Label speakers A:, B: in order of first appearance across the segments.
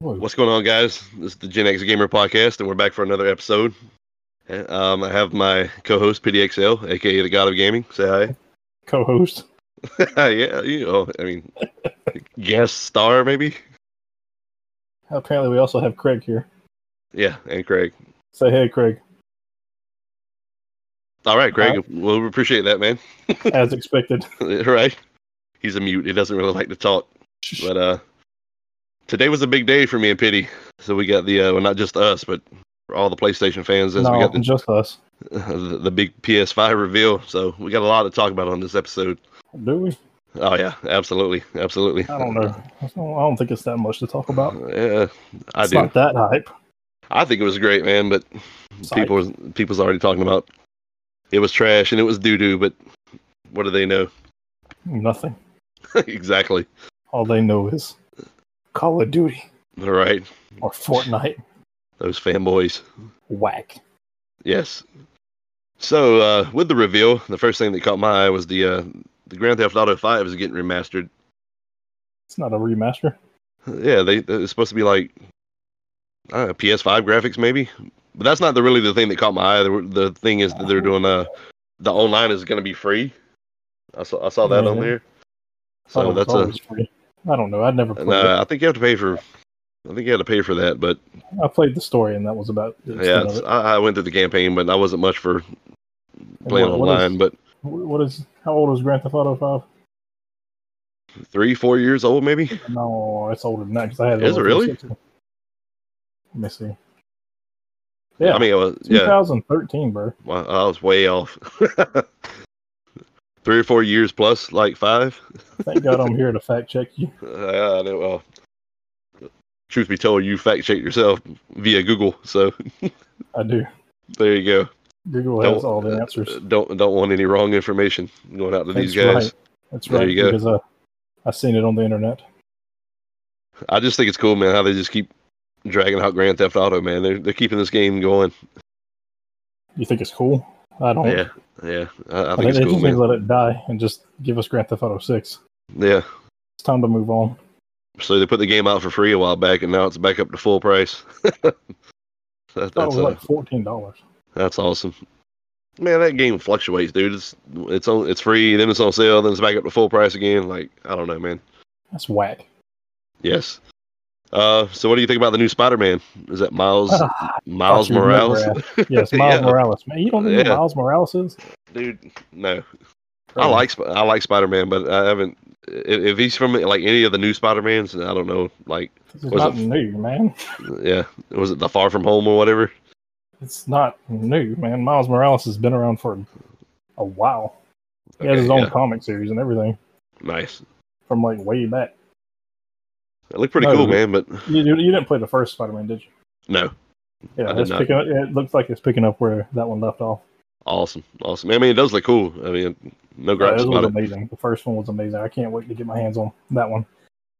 A: What's going on, guys? This is the Gen X Gamer Podcast, and we're back for another episode. Um, I have my co-host PDXL, aka the God of Gaming. Say
B: co-host.
A: hi. yeah, you know, I mean, guest star maybe.
B: Apparently, we also have Craig here.
A: Yeah, and Craig.
B: Say hey, Craig.
A: All right, Craig. Well, we appreciate that, man.
B: As expected.
A: right? He's a mute. He doesn't really like to talk. But uh, today was a big day for me and Pity. So we got the uh, well, not just us, but for all the PlayStation fans. As
B: no,
A: we got the,
B: just us.
A: the, the big PS5 reveal. So we got a lot to talk about on this episode.
B: Do we?
A: Oh yeah, absolutely, absolutely.
B: I don't know. I don't, I don't think it's that much to talk about.
A: Yeah, I
B: it's
A: do.
B: not that hype.
A: I think it was great, man. But
B: It's
A: people was, people's already talking about it was trash and it was doo doo. But what do they know?
B: hype. Nothing.
A: exactly.
B: All they know is Call of Duty
A: All right,
B: or Fortnite.
A: those fanboys.
B: Whack.
A: Yes. So uh, with the reveal, the first thing that caught my eye was the uh, the Grand Theft Auto Five is getting remastered.
B: It's not a remaster.
A: Yeah, they it's supposed to be like uh, PS5 graphics maybe, but that's not the really the thing that caught my eye. The, the thing is that they're doing uh the online is going to be free. I saw I saw that on
B: Yeah.
A: there.
B: Thought it
A: So
B: was
A: that's a
B: always free. I don't know. I'd never played
A: no. I think you have to pay for. I think you had to pay for that, but
B: it. I played the story, and that was about the extent
A: yeah,
B: of
A: it's-
B: it.
A: I, I went through the campaign, but I wasn't much for
B: And
A: playing
B: what- what is-
A: online. but
B: What is? How old is Grand Theft Auto Five?
A: three, four years old maybe.
B: No, it's older than that because I had
A: Is
B: on
A: it really?
B: 360. Let me see. Yeah,
A: I mean, it was, yeah,
B: 2013, bro.
A: Wow, I was way off. Three or four years plus, like five.
B: Thank God I'm here to fact check you.
A: Uh, I don't- well, truth be told, you fact check yourself via Google, so
B: I do.
A: there you go.
B: Google
A: Don't- uh,
B: has all the answers.
A: Don't don't want any wrong information going out to these
B: That's
A: guys.
B: right. That's
A: There
B: right.
A: you go.
B: Because uh, I seen it on the internet.
A: I just think it's cool, man, how they just keep dragging out Grand Theft Auto, man. They're they're keeping this game going.
B: You think it's cool? I don't.
A: Yeah, yeah. I, I
B: I
A: think
B: think
A: it's
B: Oh. they
A: cool,
B: just need to
A: man.
B: let it die and just give us Grand Theft Auto Six.
A: Yeah.
B: It's time to move on.
A: So they put the game out for free a while back, and now it's back up to full price. That-
B: That
A: that's
B: was
A: uh,
B: like Oh, fourteen dollars.
A: That's awesome. Man, that game fluctuates, dude. It's it's on it's free, then it's on sale, then it's back up to full price again. Like I don't know, man.
B: That's whack.
A: Yes. Uh, so what do you think about the new Spider-Man? Is that Miles
B: Ah,
A: Miles
B: thought you would never
A: Morales?
B: ask. yes, Miles
A: Yeah.
B: Morales. Man, you don't know
A: Yeah.
B: who Miles Morales is?
A: Dude, no. I like Sp- I like Spider-Man, but I haven't. i- If he's from like any of the new Spider-Mans, I don't know. Like,
B: This is
A: was
B: not
A: it-
B: new, man.
A: yeah, was it the Far From Home or whatever?
B: It's not new, man. Miles Morales has been around for a while. He has
A: Okay,
B: his own
A: yeah.
B: comic series and everything
A: Nice.
B: from like way back.
A: It looked pretty
B: No,
A: cool,
B: the-
A: man. But
B: You, you you didn't play the first Spider-Man, did you?
A: no, I
B: Yeah,
A: did
B: it's
A: not.
B: picking up, it looks like it's picking up where that one left off.
A: awesome, awesome. I mean, it does look cool. I mean, no
B: Yeah,
A: gripes
B: this was
A: about Oh, it.
B: amazing. The first one was amazing. I can't wait to get my hands on that one.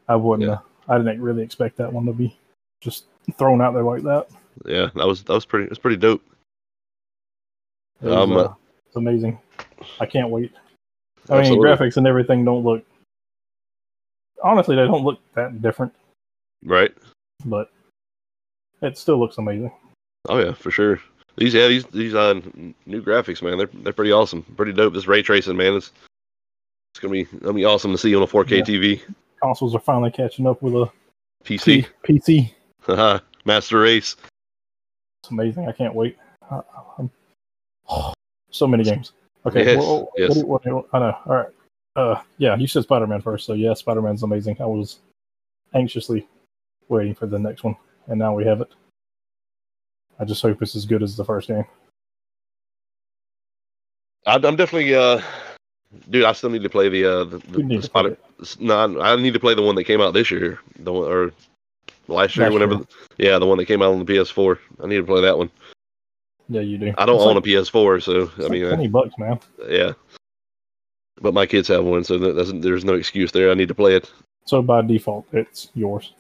B: I wouldn't.
A: Yeah.
B: Uh, I didn't really expect that one to be just thrown out there like that.
A: Yeah, that was that was pretty. It's pretty dope.
B: It was,
A: Um,
B: uh, it's amazing. I can't wait. I
A: Absolutely.
B: mean, graphics and everything don't look. Honestly, they don't look that different,
A: Right.
B: but it still looks amazing.
A: Oh yeah, for sure. These yeah, these these uh, n- new graphics, man. They're they're pretty awesome. Pretty dope. This ray tracing, man. It's it's gonna be gonna be awesome to see on a 4K
B: Yeah.
A: TV,
B: Consoles are finally catching up with a
A: PC,
B: P- PC.
A: haha, master race.
B: It's amazing. I can't wait. Uh, um, so many games. Okay.
A: Yes,
B: well, what
A: yes.
B: do- what do- I know. All right. Uh, yeah, you said Spider Man first. So, yeah, Spider Man's amazing. I was anxiously waiting for the next one, and now we have it. I just hope it's as good as the first game.
A: I, I'm definitely uh, dude. I still need to play the uh the, the,
B: You need
A: the
B: to
A: Spider. No, I I need to play the one that came out this year, the one or last year,
B: Last
A: whenever.
B: year.
A: the- yeah, the one that came out on the PS4. I need to play that one.
B: Yeah, you do.
A: I don't
B: It's
A: own
B: like,
A: a PS4, so
B: it's
A: I mean, uh,
B: like
A: I-
B: twenty bucks, man.
A: Yeah. But my kids have one, so that doesn't, there's no excuse there. I need to play it.
B: So by default, it's yours.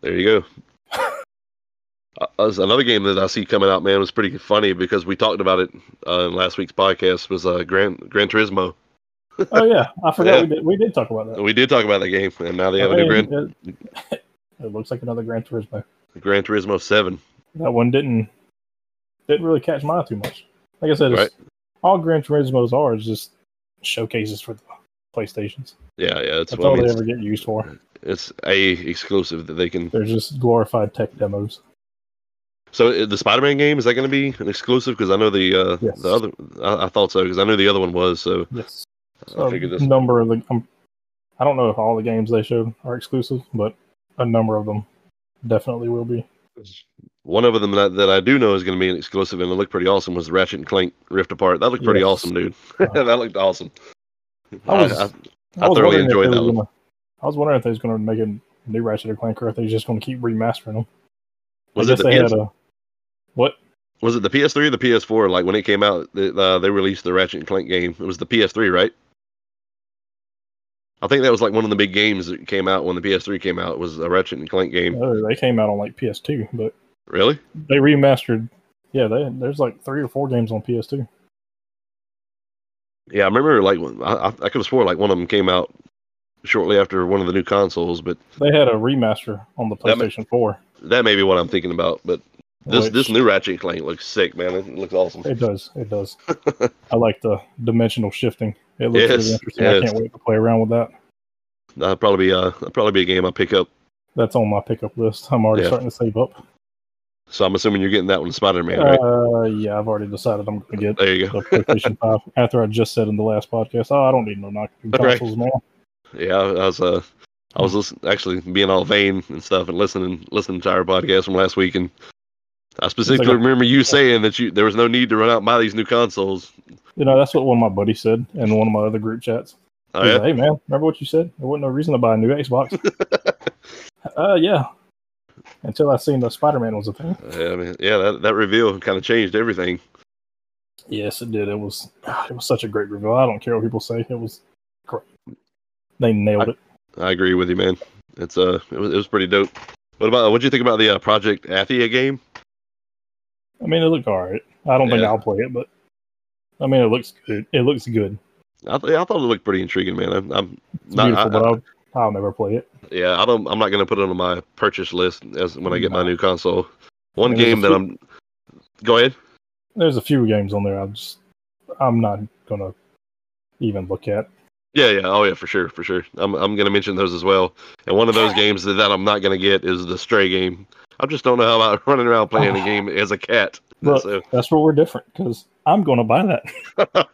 A: There you go. Uh, uh, another game that I see coming out, man, was pretty funny because we talked about it uh, in last week's podcast was uh, Gran Gran Turismo.
B: oh yeah, I forgot
A: Yeah.
B: we did. We did talk about that.
A: Oh, We did talk about that game, and now they have a new
B: I
A: Gran.
B: mean, it- uh, It looks like another Gran Turismo.
A: Gran Turismo Seven.
B: That one didn't didn't really catch my eye too much. Like I said, it's,
A: Right.
B: all Gran Turismo's are is just showcases for the PlayStations.
A: Yeah, yeah. It's,
B: That's
A: well, I
B: all
A: mean,
B: they
A: it's,
B: ever get used for.
A: it's a exclusive that they can.
B: They're just glorified tech demos.
A: So uh, the Spider-Man game is that going to be an exclusive? Because I know the uh,
B: Yes.
A: the other. I, I thought so because I knew the other one was. So
B: Yes.
A: I figured this.
B: number of the. Um, I don't know if all the games they showed are exclusive, but a number of them definitely will be.
A: One of them that, that I do know is going to be an exclusive and it looked pretty awesome was Ratchet and Clank Rift Apart. That looked pretty
B: Yes.
A: awesome, dude.
B: Uh,
A: that looked awesome.
B: I was-
A: I
B: was
A: thoroughly
B: wondering if they
A: enjoyed
B: was
A: that one.
B: gonna- I was wondering if they was going to make a new Ratchet and Clank, or if they just going to keep remastering them.
A: was
B: I
A: it
B: guess
A: the
B: they
A: PS-
B: had a what?
A: was it the PS3 or the PS4? Like when it came out, the, uh, they released the Ratchet and Clank game. It was the PS3, right? I think that was like one of the big games that came out when the PS3 came out. Was a Ratchet and Clank game?
B: Oh, they came out on like PS2, but
A: Really?
B: they remastered. Yeah, they, there's like three or four games on PS2.
A: Yeah, I remember like when- I, I could have swore like one of them came out shortly after one of the new consoles, but
B: They had a remaster on the
A: That ma-
B: PlayStation 4.
A: that may be what I'm thinking about. But this this
B: which-
A: new Ratchet and Clank looks sick, man. It looks awesome.
B: It does. It does. I like the dimensional shifting. It looks
A: Yes,
B: really interesting. I
A: yes.
B: can't wait to play around with that.
A: That'll probably be uh that'll probably be a game I pick up.
B: That's on my pickup list. I'm already
A: Yeah.
B: starting to save up.
A: So I'm assuming you're getting that one, Spider-Man, right?
B: Uh, yeah, I've already decided I'm going to get
A: there you
B: the
A: go.
B: PlayStation 5 after I just said in the last podcast, oh, I don't need no knocking
A: Right.
B: consoles, man.
A: Yeah, I was uh, I was listen- actually being all vain and stuff, and listening listening to our podcast from last week, and I specifically
B: a-
A: remember you saying that you there was no need to run out and buy these new consoles.
B: You know, that's what one of my buddies said in one of my other group chats. He
A: All
B: was
A: right.
B: like, hey, man, remember what you said? There wasn't no reason to buy a new Xbox. uh, yeah. Until I seen that Spider Man was a thing.
A: Yeah, I mean, yeah, that, that reveal kind of changed everything.
B: Yes, it did. It was ah, it was such a great reveal. I don't care what people say. It was great. They nailed it.
A: I agree with you, man. It's uh, it was, it was pretty dope. What about what do you think about the uh, Project Athia game?
B: I mean, it looked all right. I don't think
A: Yeah.
B: I'll play it, but I mean, it looks good. It looks good.
A: I, th- I thought it looked pretty intriguing, man. I'm, I'm
B: It's
A: not,
B: beautiful,
A: I-
B: but
A: I-
B: I'll, I'll never play it.
A: yeah, I don't. I'm not gonna put it on my purchase list as when I get my
B: No.
A: new console. One
B: mean, there's a
A: game that
B: few-
A: I'm. Go ahead.
B: There's a few games on there. I'm just I'm not gonna even look at.
A: Yeah, yeah, oh yeah, for sure, for sure. I'm I'm gonna mention those as well. And one of those games that, that I'm not gonna get is the stray game. I just don't know how about running around playing a game as a cat.
B: Look,
A: So,
B: that's where we're different because I'm gonna buy that.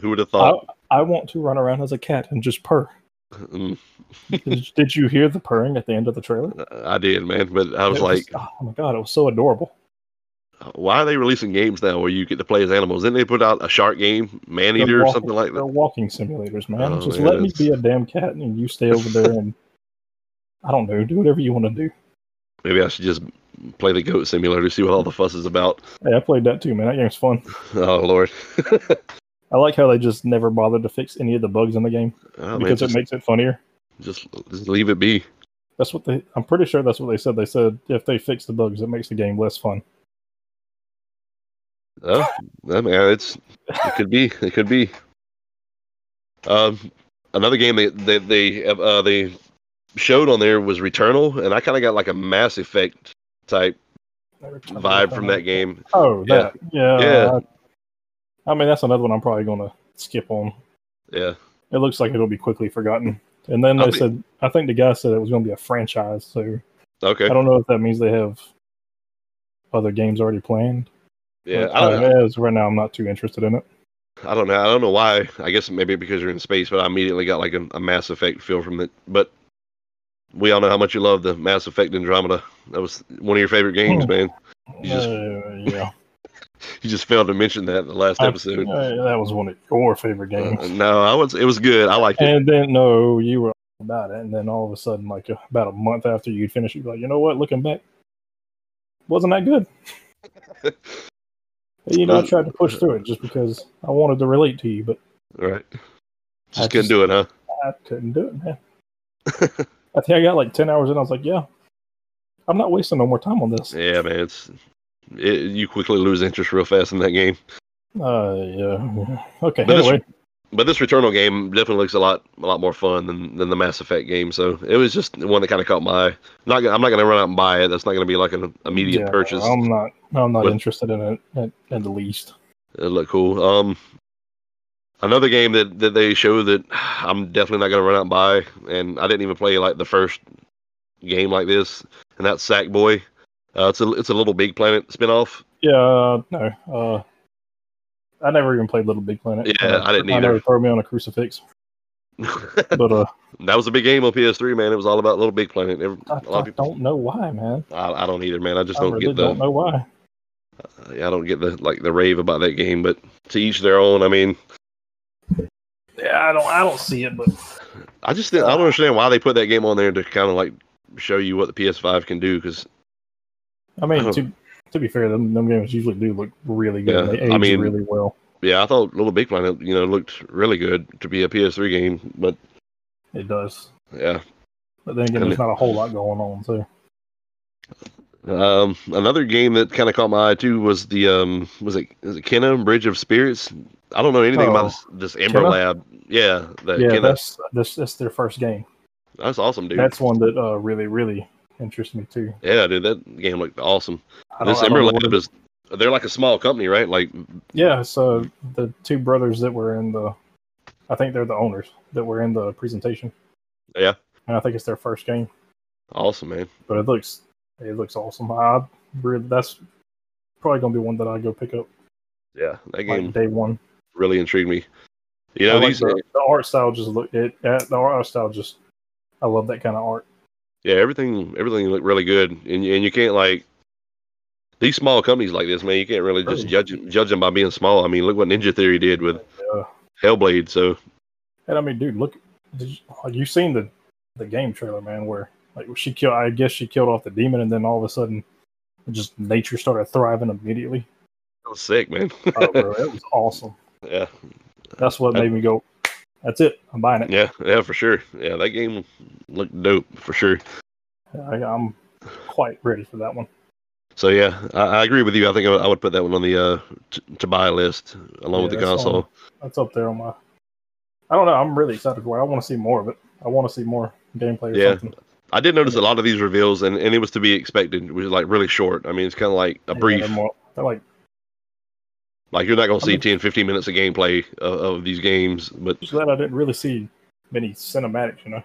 A: who would have thought?
B: I want to run around as a cat and just purr.
A: Mm,
B: did, did you hear the purring at the end of the trailer?
A: I did, man. But I was
B: It
A: like,
B: oh my god, it was so adorable.
A: why are they releasing games now where you get to play as animals? Didn't they put out a shark game, man
B: They're
A: eater or
B: walking-
A: something like
B: They're
A: that?
B: walking simulators, man.
A: Oh,
B: Just
A: yeah,
B: let me
A: that's-
B: be a damn cat and you stay over there and I don't know, do whatever you want to do.
A: Maybe I should just play the goat simulator to see what all the fuss is about.
B: Hey, I played that too, man. That game's fun.
A: Oh Lord.
B: I like how they just never bothered to fix any of the bugs in the game
A: oh, man,
B: because
A: just,
B: it makes it funnier.
A: just just leave it be.
B: That's what they. I'm pretty sure that's what they said. They said if they fix the bugs, it makes the game less fun.
A: Oh, I mean, it's it could be, it could be. Um, another game they they they uh, they showed on there was Returnal, and I kind of got like a Mass Effect type vibe from that game.
B: Oh,
A: Yeah.
B: that. Yeah.
A: Yeah.
B: I, I mean, that's another one I'm probably going to skip on.
A: Yeah,
B: It looks like it'll be quickly forgotten. And then they
A: I mean-
B: said, I think the guy said it was going to be a franchise. So I
A: okay,
B: don't know if that means they have other games already planned.
A: yeah.
B: But,
A: I don't,
B: uh, as of right now, I'm not too interested in it.
A: I don't know. I don't know why. I guess maybe because you're in space, but I immediately got like a, a Mass Effect feel from it. But we all know how much you love the Mass Effect Andromeda. That was one of your favorite games,
B: Hmm.
A: man. You just-
B: Uh, yeah.
A: You just failed to mention that in the last
B: I-
A: episode.
B: Uh, that was one of your favorite games.
A: Uh, no, I was. It was good. I liked it.
B: And then no, you were all about it, and then all of a sudden, like uh, about a month after you'd finish, you'd be like, you know what? Looking back, wasn't that good. you know, I tried to push through it just because I wanted to relate to you, but
A: Right. Just
B: I
A: couldn't
B: just-
A: do it, huh?
B: I couldn't do it, man. I think I got like ten hours in. I was like, yeah, I'm not wasting no more time on this.
A: Yeah, man. It's it, you quickly lose interest real fast in that game.
B: Uh, yeah. Okay.
A: But it's-
B: anyway,
A: but this Returnal game definitely looks a lot a lot more fun than, than the Mass Effect game. So it was just one that kind of caught my eye. Not gonna- I'm not gonna run out and buy it. That's not gonna be like an immediate
B: Yeah,
A: purchase.
B: I'm not. I'm not
A: But-
B: interested in it at, at the least.
A: It looked cool. Um, another game that, that they showed that I'm definitely not gonna run out and buy, and I didn't even play like the first game like this, and that's Sackboy. Uh, it's a it's a Little Big Planet spinoff.
B: Yeah, uh, no. Uh, I never even played Little Big Planet.
A: Yeah,
B: Uh,
A: I didn't
B: I
A: either.
B: never throw me on a crucifix,
A: that
B: but uh,
A: was a big game on PS3, man. It was all about Little Big Planet. Every-
B: I,
A: a lot of
B: I
A: people,
B: don't know why, man.
A: I, I don't either, man. I just
B: I
A: don't
B: really
A: get the.
B: don't know why.
A: I don't get the like the rave about that game, but to each their own. I mean,
B: Yeah, I don't. I don't see it, but
A: I just think- I don't understand why they put that game on there to kind of like show you what the PS5 can do. Because
B: I mean,
A: Oh.
B: to to be fair, them, them games usually do look really good.
A: Yeah,
B: they
A: I
B: age
A: mean-
B: really well.
A: yeah, I thought Little Big Planet, you know, looked really good to be a PS3 game, but
B: It does,
A: yeah.
B: but then again,
A: I
B: there's not a whole lot going on. So
A: Um, another game that kind of caught my eye too was the um, was it is it Kenna Bridge of Spirits? I don't know anything about this, this Ember
B: Oh. Kenna?
A: Lab. Yeah, that
B: yeah,
A: Kenna. That's,
B: that's that's that's their first game.
A: awesome, dude.
B: That's one that uh, really really interests me too.
A: yeah, dude, that game looked awesome.
B: I don't-
A: This
B: I don't
A: Ember
B: know what
A: Lab
B: it-
A: is they're like a small company, right? Like
B: Yeah, so the two brothers that were in the, I think they're the owners that were in the presentation.
A: Yeah.
B: and I think it's their first game,
A: awesome, man.
B: but it looks it looks awesome. I really that's probably gonna be one that I go pick up
A: Yeah, that game.
B: like day one.
A: really intrigued me. You know,
B: I like
A: these
B: the, the art style just look it. uh, The art style just I love that kind of art.
A: yeah, everything everything looked really good, and you- and you can't like these small companies like this, man. You can't really just
B: Right.
A: judge judge them by being small. I mean, look what Ninja Theory did with
B: Yeah.
A: Hellblade. So
B: And I mean, dude, look, did you, like, you seen the the game trailer, man? Where like she killed, I guess she killed off the demon, and then all of a sudden, just nature started thriving immediately.
A: that was sick, man.
B: Oh, bro, it was awesome.
A: yeah,
B: That's what made me go, that's it. I'm buying it.
A: yeah, yeah, for sure. Yeah, that game looked dope for sure.
B: I, I'm quite ready for that one.
A: So yeah, I, I agree with you. I think I would- I would put that one on the uh, t- to buy list along with the
B: Yeah, that's
A: console.
B: on- that's up there on my. I don't know. I'm really excited for it. I want to see more of it. I want to see more gameplay or
A: Yeah.
B: something.
A: I did notice a lot of these reveals, and, and it was to be expected. It was like really short. I mean, it's kind of like a
B: Yeah,
A: brief.
B: they're more- they're like
A: Like you're not gonna
B: I
A: see
B: mean-
A: 10, 15 minutes of gameplay of, of these games, but
B: just that I didn't really see many cinematics. You know.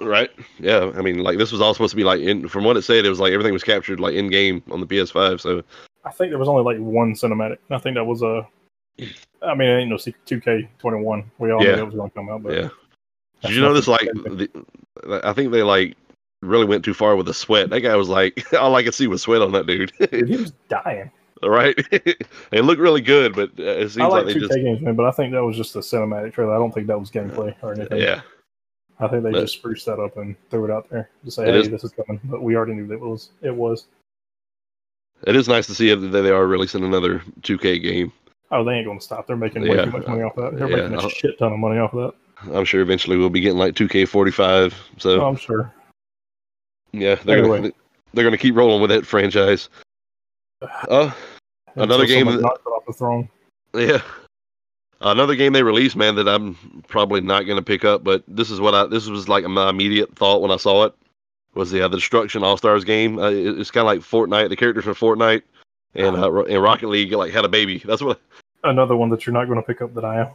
A: right? Yeah, I mean, like this was all supposed to be like in from what it said, it was like everything was captured like in game on the PS5. So
B: I think there was only like one cinematic. I think that was a. I mean, it ain't no secret. 2K21. We all
A: Yeah.
B: knew it was going to come out, but
A: yeah,
B: that's
A: did you notice like
B: nothing
A: the, I think they like really went too far with the sweat. That guy was like all I could see was sweat on that dude,
B: Dude, he was dying.
A: right? it looked really good, but uh, it seems
B: I like,
A: like
B: 2K
A: they just
B: games, man, but I think that was just a cinematic trailer. I don't think that was gameplay or anything.
A: yeah.
B: I think they
A: But-
B: just spruced that up and threw it out there to say,
A: It
B: "Hey,
A: is-
B: this is coming," but we already knew that it was. It was.
A: It is nice to see that they are releasing another 2K game.
B: Oh, they ain't going to stop. They're making way
A: Yeah.
B: too much money off that. They're
A: Yeah, Uh-huh.
B: making
A: I'll-
B: a shit ton of money off of
A: I'm sure eventually we'll be getting like 2K45. So
B: that. I'm sure.
A: Yeah, they're gonna,
B: Oh. Anyway.
A: they're going to keep rolling with that franchise. Uh, Another
B: Until
A: game
B: someone
A: that-
B: knocks it off the throne.
A: yeah. Another game they released, man, that I'm probably not going to pick up, but this is what I this was like my immediate thought when I saw it was the uh, the Destruction All Stars game. Uh, it- it's kind of like Fortnite. The characters from Fortnite and
B: Uh-huh.
A: uh, Ro- and Rocket League like had a baby. That's what
B: Another one that you're not going to pick up that I am.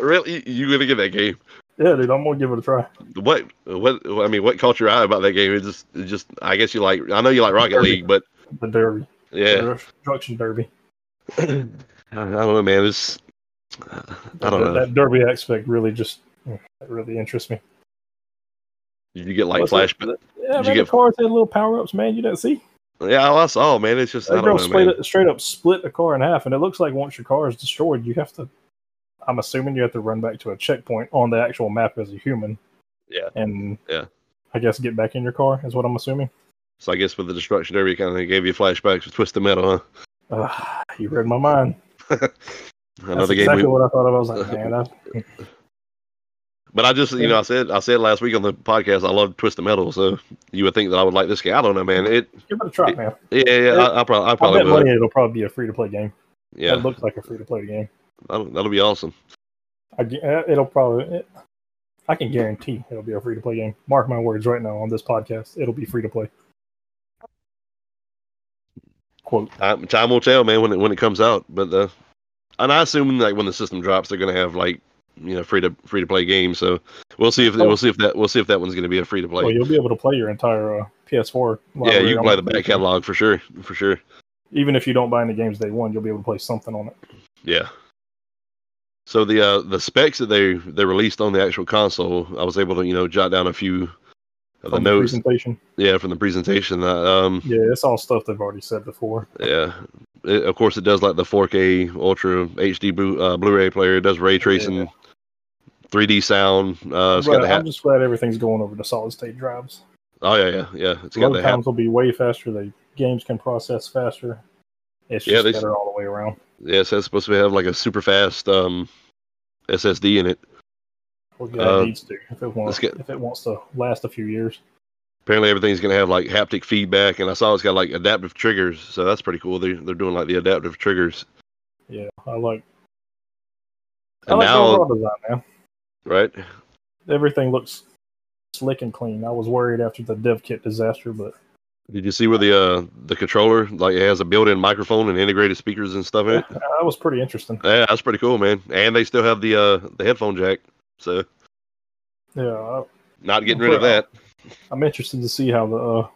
A: really you going to get that game?
B: Yeah, dude, I'm going to give it a try.
A: What what I mean, what caught your eye about that game? It just it just I guess you like I know you like Rocket
B: Derby.
A: League, but
B: The Derby,
A: yeah,
B: the Destruction Derby.
A: I I don't know, man. It's I
B: that,
A: don't know.
B: That Derby aspect really just hmm, that really interests me.
A: Did you get like
B: What's
A: flash?
B: that- Yeah,
A: did
B: man,
A: you
B: the
A: get-
B: cars had little power ups, man. You didn't see.
A: Yeah, I saw, man. It's just I
B: That
A: don't
B: girl
A: know,
B: straight
A: man.
B: up, straight up split a car in half, and it looks like once your car is destroyed, you have to. I'm assuming you have to run back to a checkpoint on the actual map as a human.
A: Yeah.
B: And
A: Yeah.
B: I guess get back in your car is what I'm assuming.
A: So I guess with the destruction derby, kind of gave you flashbacks with Twisted Metal,
B: Uh, you read my mind.
A: huh?
B: That's
A: Another game,
B: exactly
A: we,
B: what I thought. Of. I was like, man, I,
A: but I just you know I said I said last week on the podcast I love Twisted Metal, so you would think that I would like this game. I don't know, man. It
B: give it a try, man.
A: yeah yeah, I, I probably I
B: I
A: probably
B: bet
A: would.
B: money it'll probably be a free to play game.
A: Yeah,
B: It looks like a free to play game.
A: that'll, that'll be awesome.
B: I, gu- uh, it'll probably. It, I can guarantee it'll be a free to play game. Mark my words right now on this podcast, it'll be free to play. Quote.
A: Time, time will tell, man, when it when it comes out. But uh, and I assume like when the system drops, they're gonna have like you know free to free to play games. So we'll see if
B: Oh.
A: we'll see if that we'll see if that one's gonna be a free to play.
B: Well, you'll be able to play your entire uh, PS4.
A: yeah,
B: library
A: you can
B: on
A: play
B: the
A: the back
B: computer.
A: catalog for sure, for sure.
B: Even if you don't buy any games day one, you'll be able to play something on it.
A: Yeah. So the uh, the specs that they they released on the actual console, I was able to you know jot down a few of the
B: From the
A: notes.
B: presentation.
A: yeah, from the presentation. Uh, um,
B: Yeah, it's all stuff they've already said before.
A: Yeah. It, of course, it does like the 4K Ultra HD Blu- uh, Blu-ray player. It does ray tracing, 3D sound. Uh, it's got
B: Right,
A: the hat.
B: I'm just glad everything's going over to solid state drives.
A: Oh yeah, yeah, yeah. It's got
B: Load
A: the hat.
B: times will be way faster. The games can process faster. It's
A: Yeah,
B: just
A: they-
B: better all the way around.
A: Yeah, it says it's supposed to have like a super fast um, SSD in it.
B: Well, yeah,
A: Uh,
B: it needs to if it wants
A: let's get-
B: if it wants to last a few years.
A: Apparently, everything's gonna have like haptic feedback, and I saw it's got like adaptive triggers. So that's pretty cool. They they're doing like the adaptive triggers.
B: Yeah, I like. I
A: And
B: like the
A: now,
B: overall design, man.
A: right?
B: Everything looks slick and clean. I was worried after the dev kit disaster, but
A: Did you see where the uh the controller like it has a built-in microphone and integrated speakers and stuff in it?
B: that was pretty interesting.
A: Yeah, that's pretty cool, man. And they still have the uh the headphone jack. So
B: Yeah, I,
A: Not getting rid of that.
B: I'm interested to see how the uh,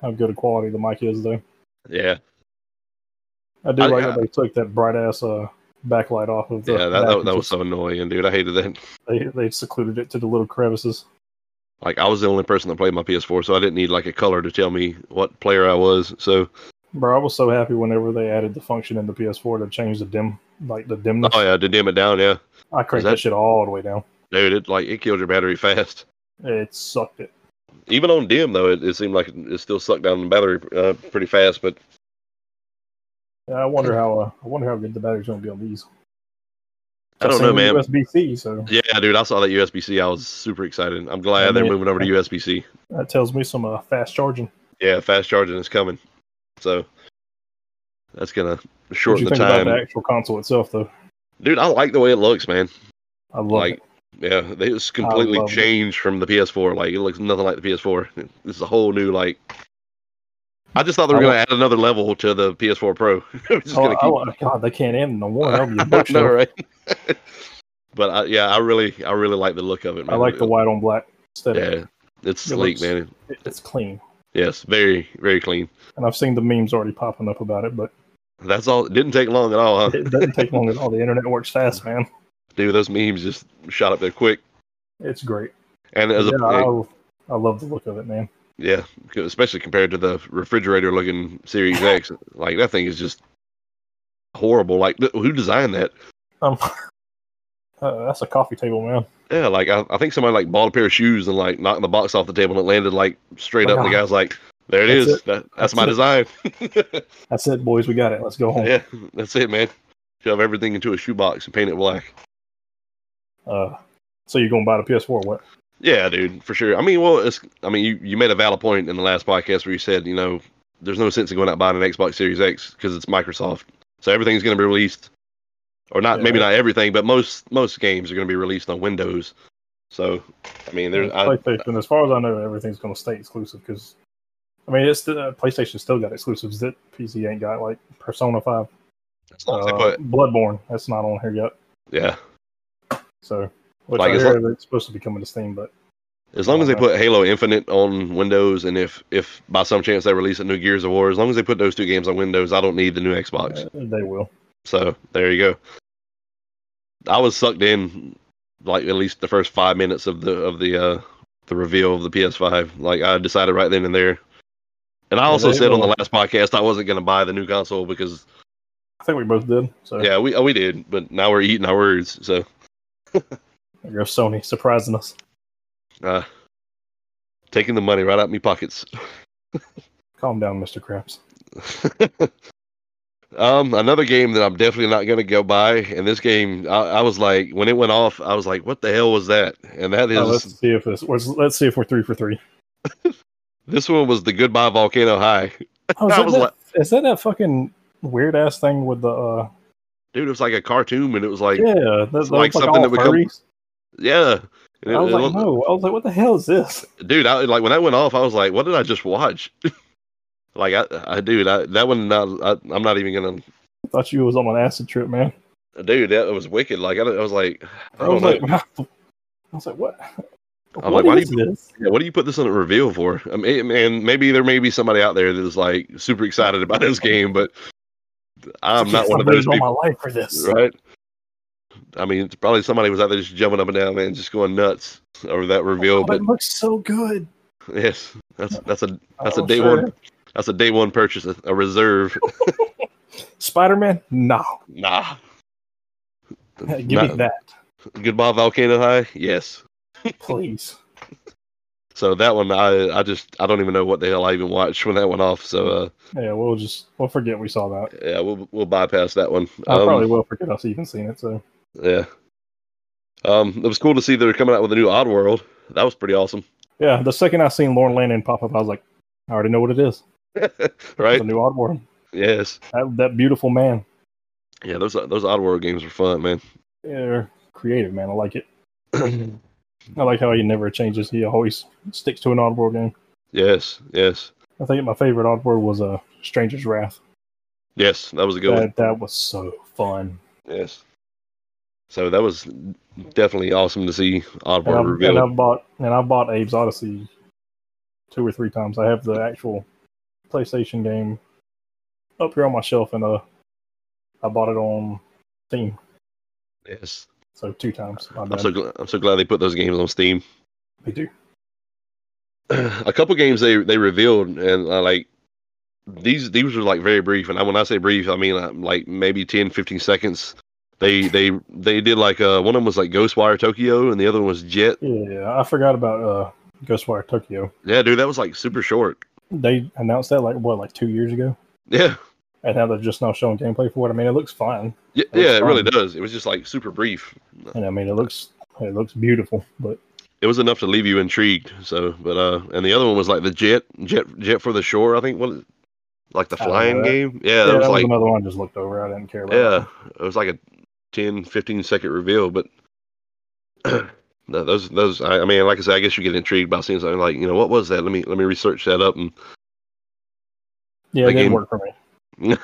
B: how good a quality the mic is, though.
A: Yeah,
B: I do
A: I-
B: like
A: I-
B: that they took that bright ass uh, backlight off of the.
A: yeah, that, that,
B: back
A: that
B: and
A: was
B: just-
A: so annoying, dude. I hated that.
B: They, they secluded it to the little crevices.
A: Like, I was the only person that played my PS4, so I didn't need like a color to tell me what player I was. So,
B: Bro, I was so happy whenever they added the function in the PS4 to change the dim, like the dimness.
A: oh yeah, to dim it down, yeah,
B: I cranked
A: that-
B: that shit all the way down.
A: dude, it like it killed your battery fast.
B: It sucked it.
A: Even on dim though, it, it seemed like it, it still sucked down the battery uh, pretty fast. But
B: Yeah, I wonder how. Uh, I wonder how good the battery's gonna be on these.
A: I don't know, man.
B: USB C, so
A: yeah, dude, I saw that USB C. I was super excited. I'm glad
B: Yeah,
A: they're
B: man.
A: moving over to USB C.
B: that tells me some uh, fast charging.
A: Yeah, fast charging is coming, so that's gonna
B: What
A: shorten
B: you
A: the
B: think
A: time.
B: about the actual console itself, though?
A: Dude, I like the way it looks, man.
B: I love
A: like
B: it.
A: yeah they just completely
B: love it.
A: changed from the ps4 like it looks nothing like the ps4 this is a whole new like i just thought they were
B: I
A: going to add another level to the ps4 pro We're just
B: Oh,
A: gonna
B: I- I- God, they can't end no one. That'll be a
A: I
B: bookshelf.
A: know, right but I, yeah i really i really like the look of it man.
B: I like the white on black aesthetic.
A: yeah it's
B: It looks-
A: sleek man
B: It- It's clean,
A: yes very very clean
B: and I've seen the memes already popping up about it, but
A: that's all it didn't take long at all huh?
B: it doesn't take long at all. The internet works fast, man.
A: dude those memes just shot up there quick
B: It's great.
A: and as
B: Yeah,
A: a,
B: I, I love the look of it, man.
A: Yeah, c- especially compared to the refrigerator looking Series X. like that thing is just horrible. Like th- who designed that?
B: Um, uh, that's a coffee table, man.
A: Yeah, like I, I think somebody like bought a pair of shoes and like knocked the box off the table and it landed like straight up. and The
B: Yeah.
A: guy's like, "There it
B: That's
A: is. That,
B: That's
A: that's, my
B: it. Oh.
A: design."
B: That's it, boys. We got it. Let's go home.
A: yeah, that's it, man. Shove everything into a shoebox and paint it black.
B: Uh, so you're gonna buy the PS4? or What?
A: Yeah, dude, for sure. I mean, well, it's I mean, you, you made a valid point in the last podcast where you said, you know, there's no sense in going out buying an Xbox Series X because it's Microsoft. So everything's going to be released, or not,
B: Yeah.
A: maybe not everything, but most most games are going to be released on Windows. So, I mean, there's I,
B: PlayStation. As far as I know, everything's gonna stay exclusive because, I mean, it's the uh, PlayStation still got exclusives that PC ain't got, like Persona Five,
A: as long as they
B: uh,
A: put
B: Bloodborne. That's not on here yet.
A: yeah,
B: So, which
A: Like,
B: I
A: it's
B: hear it's supposed to be coming to Steam, but
A: as long as they
B: Uh,
A: put Halo Infinite on Windows, and if if by some chance they release a new Gears of War, as long as they put those two games on Windows, I don't need the new Xbox.
B: uh, they will.
A: So there you go. I was sucked in like at least the first five minutes of the of the uh the reveal of the PS5. Like I decided right then and there. And I
B: Yeah,
A: also
B: they
A: said on the
B: will.
A: last podcast I wasn't gonna buy the new console because
B: I think we both did. So,
A: yeah, we oh, we did, but now we're eating our words. So
B: there goes Sony surprising us.
A: uh taking the money right out of me pockets.
B: Calm down, Mr. Krabs.
A: um, another game that I'm definitely not gonna go buy. And this game, I, I was like, when it went off, I was like, what the hell was that? And that is
B: Uh, let's see if this. Let's, let's see if we're three for three.
A: This one was the Goodbye Volcano High.
B: Oh, is,
A: I
B: that
A: was
B: that-
A: like-
B: is that that fucking weird ass thing with the uh,
A: dude, it was like a cartoon, and it was like, yeah,
B: yeah, that's like
A: like something
B: something
A: that
B: that
A: become-
B: becomes.
A: And it-
B: I was
A: it
B: like,
A: looked-
B: no. I was like, what the hell is this?
A: dude. I, like when that went off, I was like, what did I just watch? like, I, I, dude, I, that one, not, I, I'm not even gonna,
B: I thought you was on an acid trip, man.
A: dude, that was wicked. Like, I, don't- I was like, I
B: I was
A: don't know.
B: like, I was like, what?
A: I'm
B: What
A: like, why do
B: is
A: you-
B: this?
A: Yeah, what do you put this on a reveal for? I mean, and maybe there may be somebody out there that is like super excited about this game, but I'm
B: I
A: not
B: can't
A: one of
B: believe
A: those
B: all
A: people,
B: my life for this.
A: right? I mean, it's probably somebody was out there just jumping up and down, man, just going nuts over that reveal.
B: Oh,
A: But
B: it looks so good.
A: yes, that's that's a that's a
B: Oh,
A: day
B: sure.
A: one that's a day one purchase, a, a reserve.
B: Spider-Man? No.
A: Nah,
B: Give me
A: Not-
B: that,
A: goodbye Volcano High. Yes,
B: please.
A: so that one I I just I don't even know what the hell I even watched when that went off. So uh,
B: yeah, we'll just we'll forget we saw that.
A: yeah, we'll we'll bypass that one.
B: I
A: Um,
B: probably will forget us even seeing it. So
A: Yeah. Um, it was cool to see they were coming out with a new Oddworld. That was pretty awesome,
B: yeah, the second I seen Lauren Landon pop up, I was like, I already know what it is. It's
A: right?
B: a new Oddworld.
A: Yes.
B: That, that beautiful man.
A: Yeah, those those Oddworld games were fun, man.
B: Yeah, creative man. I like it. I like how he never changes. He always sticks to an Oddworld game.
A: yes, yes,
B: I think my favorite Oddworld was uh, Stranger's Wrath.
A: yes. That was a good one.
B: That, that was so fun.
A: Yes. So that was definitely awesome to see
B: And I've,
A: Oddworld
B: Um, and
A: revealed.
B: I've bought and I've bought Abe's Odyssey two or three times. I have the actual PlayStation game up here on my shelf, and uh, I bought it on Steam,
A: Yes.
B: so two times. My
A: I'm
B: bad.
A: so gl- I'm so glad they put those games on Steam.
B: they do.
A: a couple games they they revealed and uh, like these these were like very brief and I, when i say brief i mean uh, like maybe 10 15 seconds they they they did like uh one of them was like ghostwire tokyo and the other one was jet
B: Yeah, I forgot about uh, Ghostwire Tokyo.
A: yeah dude that was like super short
B: They announced that like what, like two years ago,
A: yeah
B: and now they're just now showing gameplay for it. I mean, it looks fine,
A: yeah,
B: That was
A: yeah it really
B: fun.
A: does it was just like super brief
B: and I mean, it looks it looks beautiful, but
A: it was enough to leave you intrigued so but uh and the other one was like the jet jet jet for the shore i think what is it? like the
B: I don't know
A: flying
B: that.
A: game yeah
B: yeah,
A: that was like
B: another one I just looked over. I didn't care about.
A: Yeah, it was like a 10, 15 second reveal, but no, those those I, I mean, like I said, I guess you get intrigued by seeing something like you know what was that? Let me let me research that up, and
B: yeah,
A: the
B: it didn't
A: game-
B: work for me.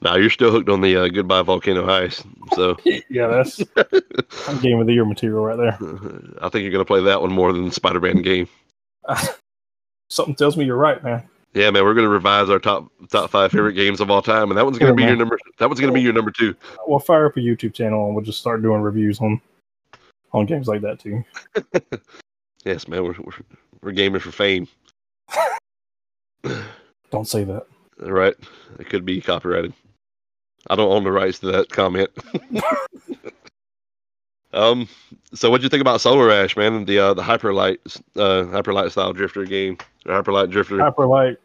A: now you're still hooked on the uh, Goodbye Volcano Heist. So
B: Yeah, that's game of the year material right there.
A: I think you're gonna play that one more than the Spider-Man game.
B: Something tells me you're right, man.
A: Yeah, man, we're gonna revise our top top five favorite games of all time, and that one's gonna
B: Yeah,
A: be your
B: man.
A: number. That one's gonna be your number two.
B: We'll fire up a YouTube channel and we'll just start doing reviews on on games like that too.
A: Yes, man, we're we're, we're gaming for fame,
B: Don't say that.
A: right? It could be copyrighted. I don't own the rights to that comment. Um. So, what'd you think about Solar Ash, man? The uh, the hyperlight uh hyperlight style drifter game, or hyperlight drifter.
B: Hyper Light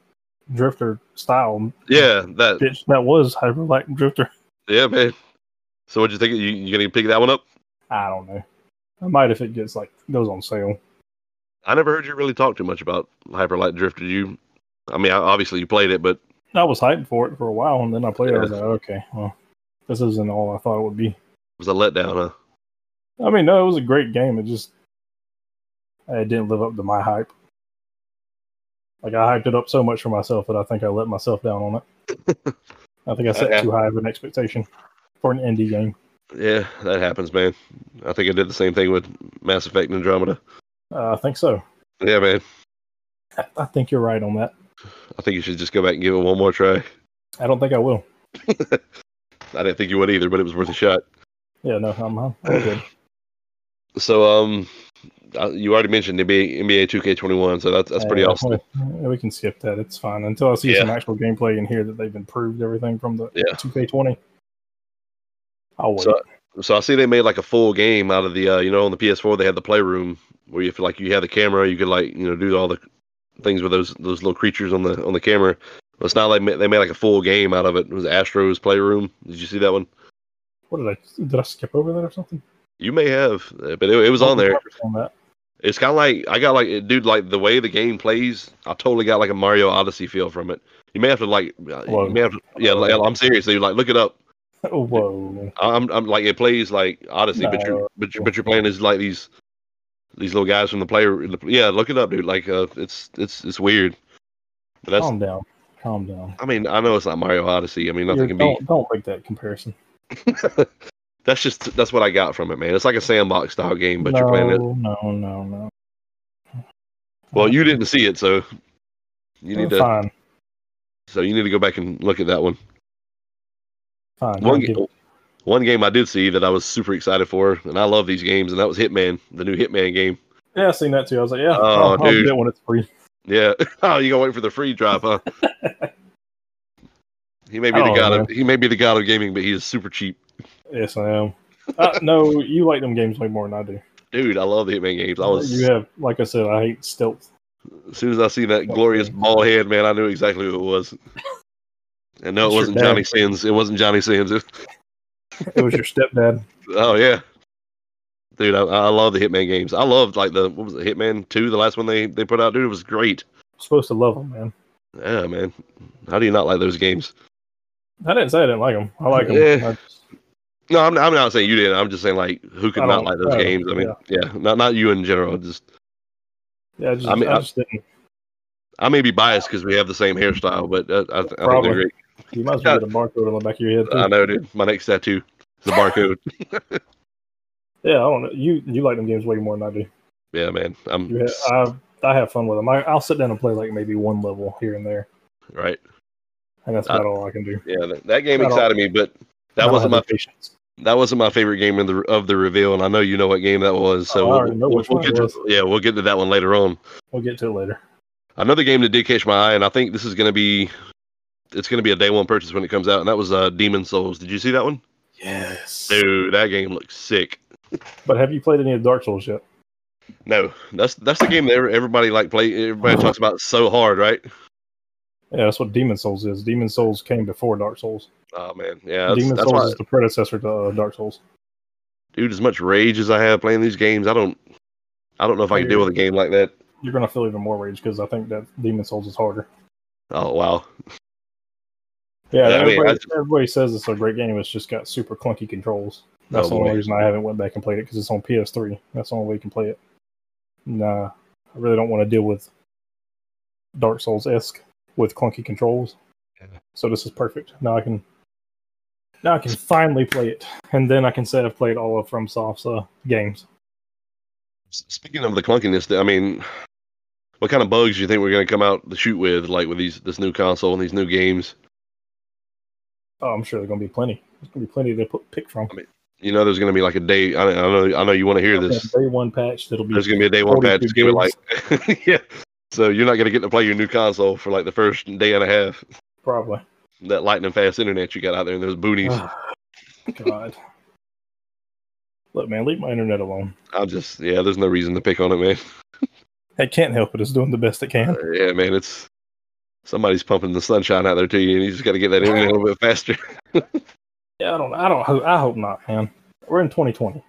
B: Drifter style.
A: yeah, that.
B: Bitch, that was Hyper Light Drifter.
A: Yeah, man. So, what'd you think? You you gonna pick that one up?
B: I don't know. I might if it gets like goes on sale.
A: I never heard you really talk too much about hyperlight drifter. You, I mean, I- obviously you played it, but
B: I was hyped for it for a while and then I played it. I was
A: Yeah.
B: like, okay, well, this isn't all I thought it would be.
A: it was a letdown, huh?
B: I mean, no, it was a great game. It just it didn't live up to my hype. Like I hyped it up so much for myself that I think I let myself down on it. I think I set
A: Okay.
B: too high of an expectation for an indie game.
A: Yeah, that happens, man. I think I did the same thing with Mass Effect and Andromeda.
B: Uh, I think so.
A: Yeah, man.
B: I- I think you're right on that.
A: I think you should just go back and give it one more try.
B: I don't think I will.
A: I didn't think you would either, but it was worth a shot.
B: Yeah, no, I'm, I'm I'm good.
A: So, um, uh, you already mentioned NBA, NBA 2K21, so that's that's pretty
B: Uh,
A: awesome.
B: We, we can skip that. It's fine until I see
A: Yeah.
B: some actual gameplay in here that they've improved everything from the
A: Yeah.
B: 2K20. I'll wait.
A: So- So I see they made like a full game out of the, uh, you know, on the PS4 they had the playroom where if like you had the camera, you could like you know do all the things with those those little creatures on the on the camera. But it's not like ma- they made like a full game out of it. It was Astro's playroom. Did you see that one?
B: what did I did I skip over that or something?
A: You may have, uh, but it, it was
B: Oh,
A: on there.
B: On that.
A: It's kind of like I got like dude, like the way the game plays, I totally got like a Mario Odyssey feel from it. You may have to like, uh,
B: Whoa.
A: you may have to, yeah, like, I'm serious. Dude, like look it up.
B: Oh, Whoa.
A: I'm, I'm like it plays like Odyssey, but you're but you're, but you're playing as like these these little guys from the player. Yeah, look it up, dude. Like uh, it's it's it's weird. But that's
B: Calm down. Calm down.
A: I mean I know it's not Mario Odyssey. I mean nothing
B: You're-
A: can be.
B: don't, don't make that comparison.
A: That's just that's what I got from it, man. It's like a sandbox style game, but you're playing it.
B: No, no, no, no.
A: Well, you didn't see it, so you need to
B: fine,
A: so you need to go back and look at that one.
B: fine. I'll
A: One
B: give-
A: game, one game I did see that I was super excited for, and I love these games, and that was Hitman, the new Hitman game.
B: Yeah, I seen that too. I was like, yeah,
A: Oh,
B: I'll, I'll
A: dude.
B: get when it's free.
A: Yeah. oh, you gonna wait for the free drop, huh? he may be the
B: Oh,
A: god of he may be the god of gaming, but he is super cheap.
B: Yes, I am. uh, no, you like them games way more than I do.
A: Dude, I love the Hitman games. I was
B: You have, like I said, I hate stealth.
A: as soon as I seen
B: Oh,
A: that glorious bald head, man, I knew exactly who it was. And no,
B: It's
A: it
B: your
A: wasn't
B: dad.
A: Johnny Sins. It wasn't Johnny Sins. It,
B: It was your stepdad.
A: oh yeah, dude, I, I love the Hitman games. I loved like the what was it, Hitman Two, the last one they they put out. Dude, it was great.
B: supposed to love them, man.
A: Yeah, man. How do you not like those games?
B: I didn't say I didn't like them. I like them.
A: Yeah.
B: I just-
A: No, I'm, I'm not saying you didn't. I'm just saying like who could
B: I
A: not
B: don't-
A: like those
B: I don't-
A: games. I mean, yeah. not not you in general. Just
B: yeah, I just,
A: I
B: I
A: mean, I-
B: just didn't.
A: I may be biased because we have the same hairstyle, but uh, I, I think they're
B: Probably.
A: great.
B: You might as well get a barcode on the back of your head. Too.
A: I know, dude. My next tattoo, the barcode.
B: yeah, I don't know. You you like them games way more than I do.
A: yeah, man. I'm
B: You ha- I I have fun with them. I, I'll sit down and play like maybe one level here and there,
A: right.
B: and that's
A: I-
B: about all I can do.
A: Yeah, that, that game
B: I don't-
A: excited me, but
B: I
A: Uh, that
B: don't
A: wasn't
B: have
A: my
B: the patience.
A: that wasn't my favorite game of the of the reveal, and I know you know what game that was. So
B: Oh, I
A: we'll-
B: already know
A: we'll,
B: which
A: we'll
B: one
A: get
B: it
A: to,
B: was.
A: yeah, we'll get to that one later on.
B: We'll get to it later.
A: Another game that did catch my eye, and I think this is gonna be it's gonna be a day one purchase when it comes out, and that was uh, Demon Souls. Did you see that one?
B: Yes.
A: Dude, that game looks sick.
B: But have you played any of Dark Souls yet?
A: No, that's that's the game that every- everybody like play. Everybody talks about so hard, right?
B: Yeah, that's what Demon Souls is. Demon Souls came before Dark Souls.
A: Oh man, yeah, that's,
B: Demon
A: that's
B: Souls
A: why,
B: is the predecessor to uh, Dark Souls.
A: dude. As much rage as I have playing these games, I don't, I don't know if I can deal with a game like that.
B: You're gonna feel even more rage because I think that Demon Souls is harder.
A: Oh wow,
B: Yeah,
A: Yeah, I mean,
B: everybody,
A: I just-
B: everybody says it's a great game. It's just got super clunky controls. That's
A: Oh,
B: the only
A: boy.
B: reason I haven't went back and played it because it's on PS3. That's the only way you can play it. Nah, I really don't want to deal with Dark Souls esque with clunky controls.
A: Yeah.
B: So this is perfect. Now I can now I can finally play it, and then I can say I've played all of FromSoft's uh, games.
A: S- Speaking of the clunkiness, I mean, what kind of bugs do you think we're gonna come out the shoot with, like with these this new console and these new games?
B: Oh, I'm sure there's gonna be plenty. There's gonna be plenty to put, pick from.
A: You know, there's gonna be like a day. I, I know, I know you want to hear this.
B: Day one patch that'll be
A: There's gonna be a day one patch.
B: 42
A: It's gonna be like, yeah. So you're not gonna get to play your new console for like the first day and a half.
B: probably.
A: that lightning fast internet you got out there and those booties.
B: Ah. Oh, God. Look, man, leave my internet alone.
A: I'm just yeah, there's no reason to pick on it, man.
B: I can't help it. It's doing the best it can.
A: Yeah, man, it's somebody's pumping the sunshine out there to you, and you just got to get that internet a little bit faster.
B: Yeah, I don't. I don't. ho- I hope not, man. We're in 2020.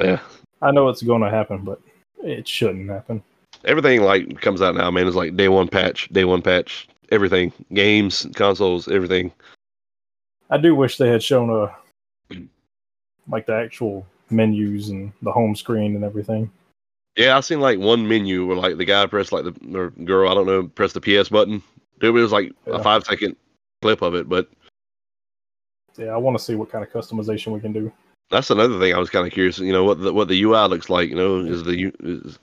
A: Yeah,
B: I know it's going to happen, but it shouldn't happen.
A: everything like comes out now, man. It's like day one patch, day one patch, everything, games, consoles, everything.
B: I do wish they had shown uh like the actual menus and the home screen and everything.
A: Yeah, I seen like one menu where like the guy pressed like the or girl, I don't know, pressed the PS button. Dude, it was like a
B: Yeah.
A: five second clip of it, but
B: Yeah, I want to see what kind of customization we can do.
A: that's another thing I was kind of curious. You know what the, what the UI looks like. You know, is the U- is,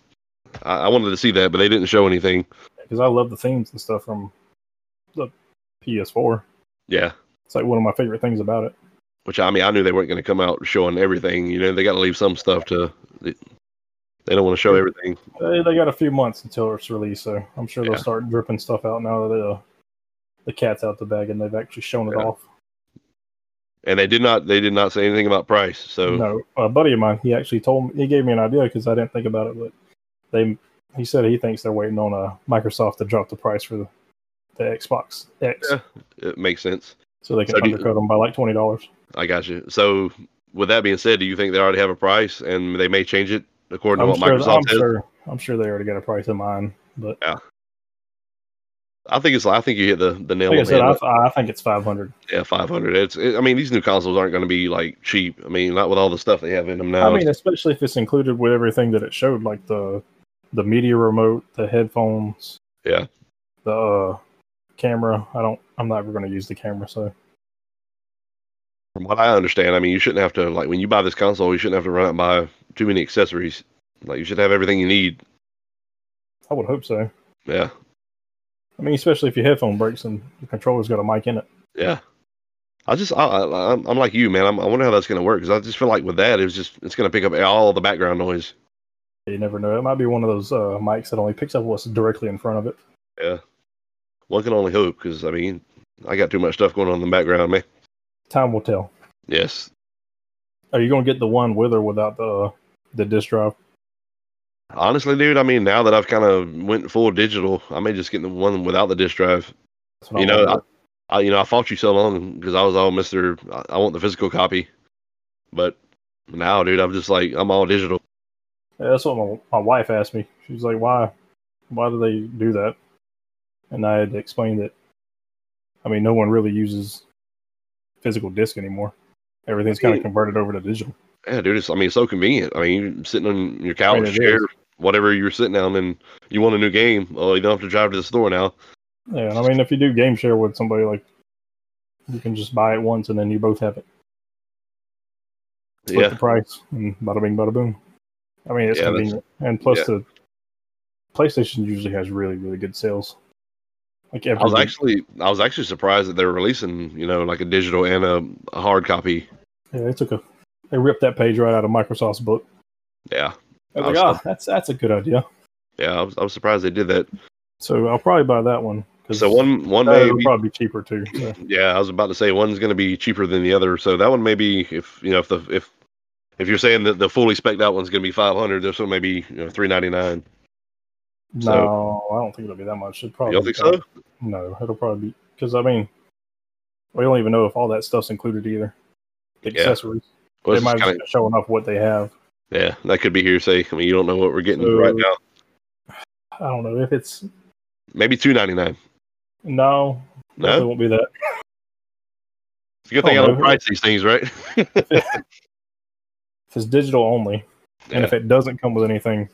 A: I, I wanted to see that, but they didn't show anything.
B: Because I love the themes and stuff from the PS4.
A: Yeah,
B: It's like one of my favorite things about it.
A: which I mean, I knew they weren't going to come out showing everything. You know, they got to leave some stuff to. They, they don't want to show everything.
B: They, they got a few months until it's released, so I'm sure they'll
A: Yeah.
B: start dripping stuff out now that uh, the cat's out the bag and they've actually shown it
A: Yeah.
B: off.
A: And they did not. They did not say anything about price. So
B: No, a buddy of mine, he actually told me, he gave me an idea because I didn't think about it, but they, he said he thinks they're waiting on uh, Microsoft to drop the price for the, the Xbox X
A: Yeah. it makes sense.
B: so they can
A: So do you-
B: undercut them by like $20.
A: I got you. So with that being said, do you think they already have a price and they may change it according
B: I'm
A: to what
B: sure,
A: Microsoft
B: I'm
A: says?
B: sure, I'm sure they already got a price in mind, but
A: Yeah. I think it's. I think you hit the the nail.
B: Like I
A: on the
B: said,
A: head.
B: I, I think it's 500.
A: Yeah, five hundred. It's. It, I mean, these new consoles aren't going to be like cheap. I mean, not with all the stuff they have in them now.
B: I mean, especially if it's included with everything that it showed, like the the media remote, the headphones,
A: Yeah.
B: the uh, camera. I don't. I'm not ever going to use the camera, so
A: From what I understand, I mean, you shouldn't have to like when you buy this console, you shouldn't have to run out and buy too many accessories. Like you should have everything you need.
B: I would hope so.
A: Yeah,
B: I mean, especially if your headphone breaks and your controller's got a mic in it.
A: yeah. I just, I, I, I'm, I'm like you, man. I'm, I wonder how that's going to work because I just feel like with that, it's just, it's going to pick up all the background noise.
B: You never know. It might be one of those uh, mics that only picks up what's directly in front of it.
A: One can only hope because I mean, I got too much stuff going on in the background, man.
B: Time will tell.
A: Yes,
B: Are you going to get the one with or without the the disk drive?
A: honestly, dude. I mean, now that I've kind of went full digital, I may just get the one without the disk drive.
B: That's what I
A: You know,
B: wonder.
A: I, you know, I fought you so long because I was all Mister. I, I want the physical copy, but now, dude, I'm just like I'm all digital.
B: Yeah, that's what my, my wife asked me. She was like, "Why, why do they do that?" And I had to explain that. I mean, no one really uses physical disc anymore. Everything's kind of
A: Yeah.
B: converted over to digital.
A: Yeah, dude, it's I mean, it's so convenient. I mean, you're sitting on your couch,
B: it
A: chair,
B: is.
A: whatever you're sitting down, and you want a new game. Oh, you don't have to drive to the store now.
B: Yeah, and I mean, if you do game share with somebody, like you can just buy it once and then you both have it. Split
A: Yeah,
B: the price and bada bing, bada boom. I mean, it's
A: Yeah, that's-
B: convenient, and plus
A: yeah.
B: the PlayStation usually has really, really good sales. Like every
A: I was
B: week.
A: actually I was actually surprised that they were releasing, you know, like a digital and a, a hard copy.
B: yeah, they took a, they ripped that page right out of Microsoft's book.
A: Yeah,
B: I was like,
A: Awesome.
B: ah, that's that's a good idea.
A: yeah, I was, I was surprised they did that.
B: So I'll probably buy that one.
A: So one one
B: that
A: may
B: will
A: be-
B: probably be cheaper too. so.
A: Yeah, I was about to say one's going to be cheaper than the other, so that one maybe if you know if the if if you're saying that the fully spec'd out one's going to be 500, this one may be you know 399. So-
B: no, I don't think it'll be that much. It
A: You
B: probably
A: don't think so?
B: No, it'll probably be because I mean, we don't even know if all that stuff's included either. The
A: Yeah.
B: accessories.
A: Well,
B: they
A: it's
B: might
A: kinda-
B: just showing off what they have.
A: yeah, that could be hearsay. I mean, you don't know what we're getting
B: So-
A: right now.
B: I don't know if it's
A: Maybe 299.
B: no.
A: No,
B: It won't be that.
A: it's a good thing I
B: I
A: don't
B: don't know.
A: price these things, right?
B: If it's digital only, and
A: Yeah.
B: if it doesn't come with anything,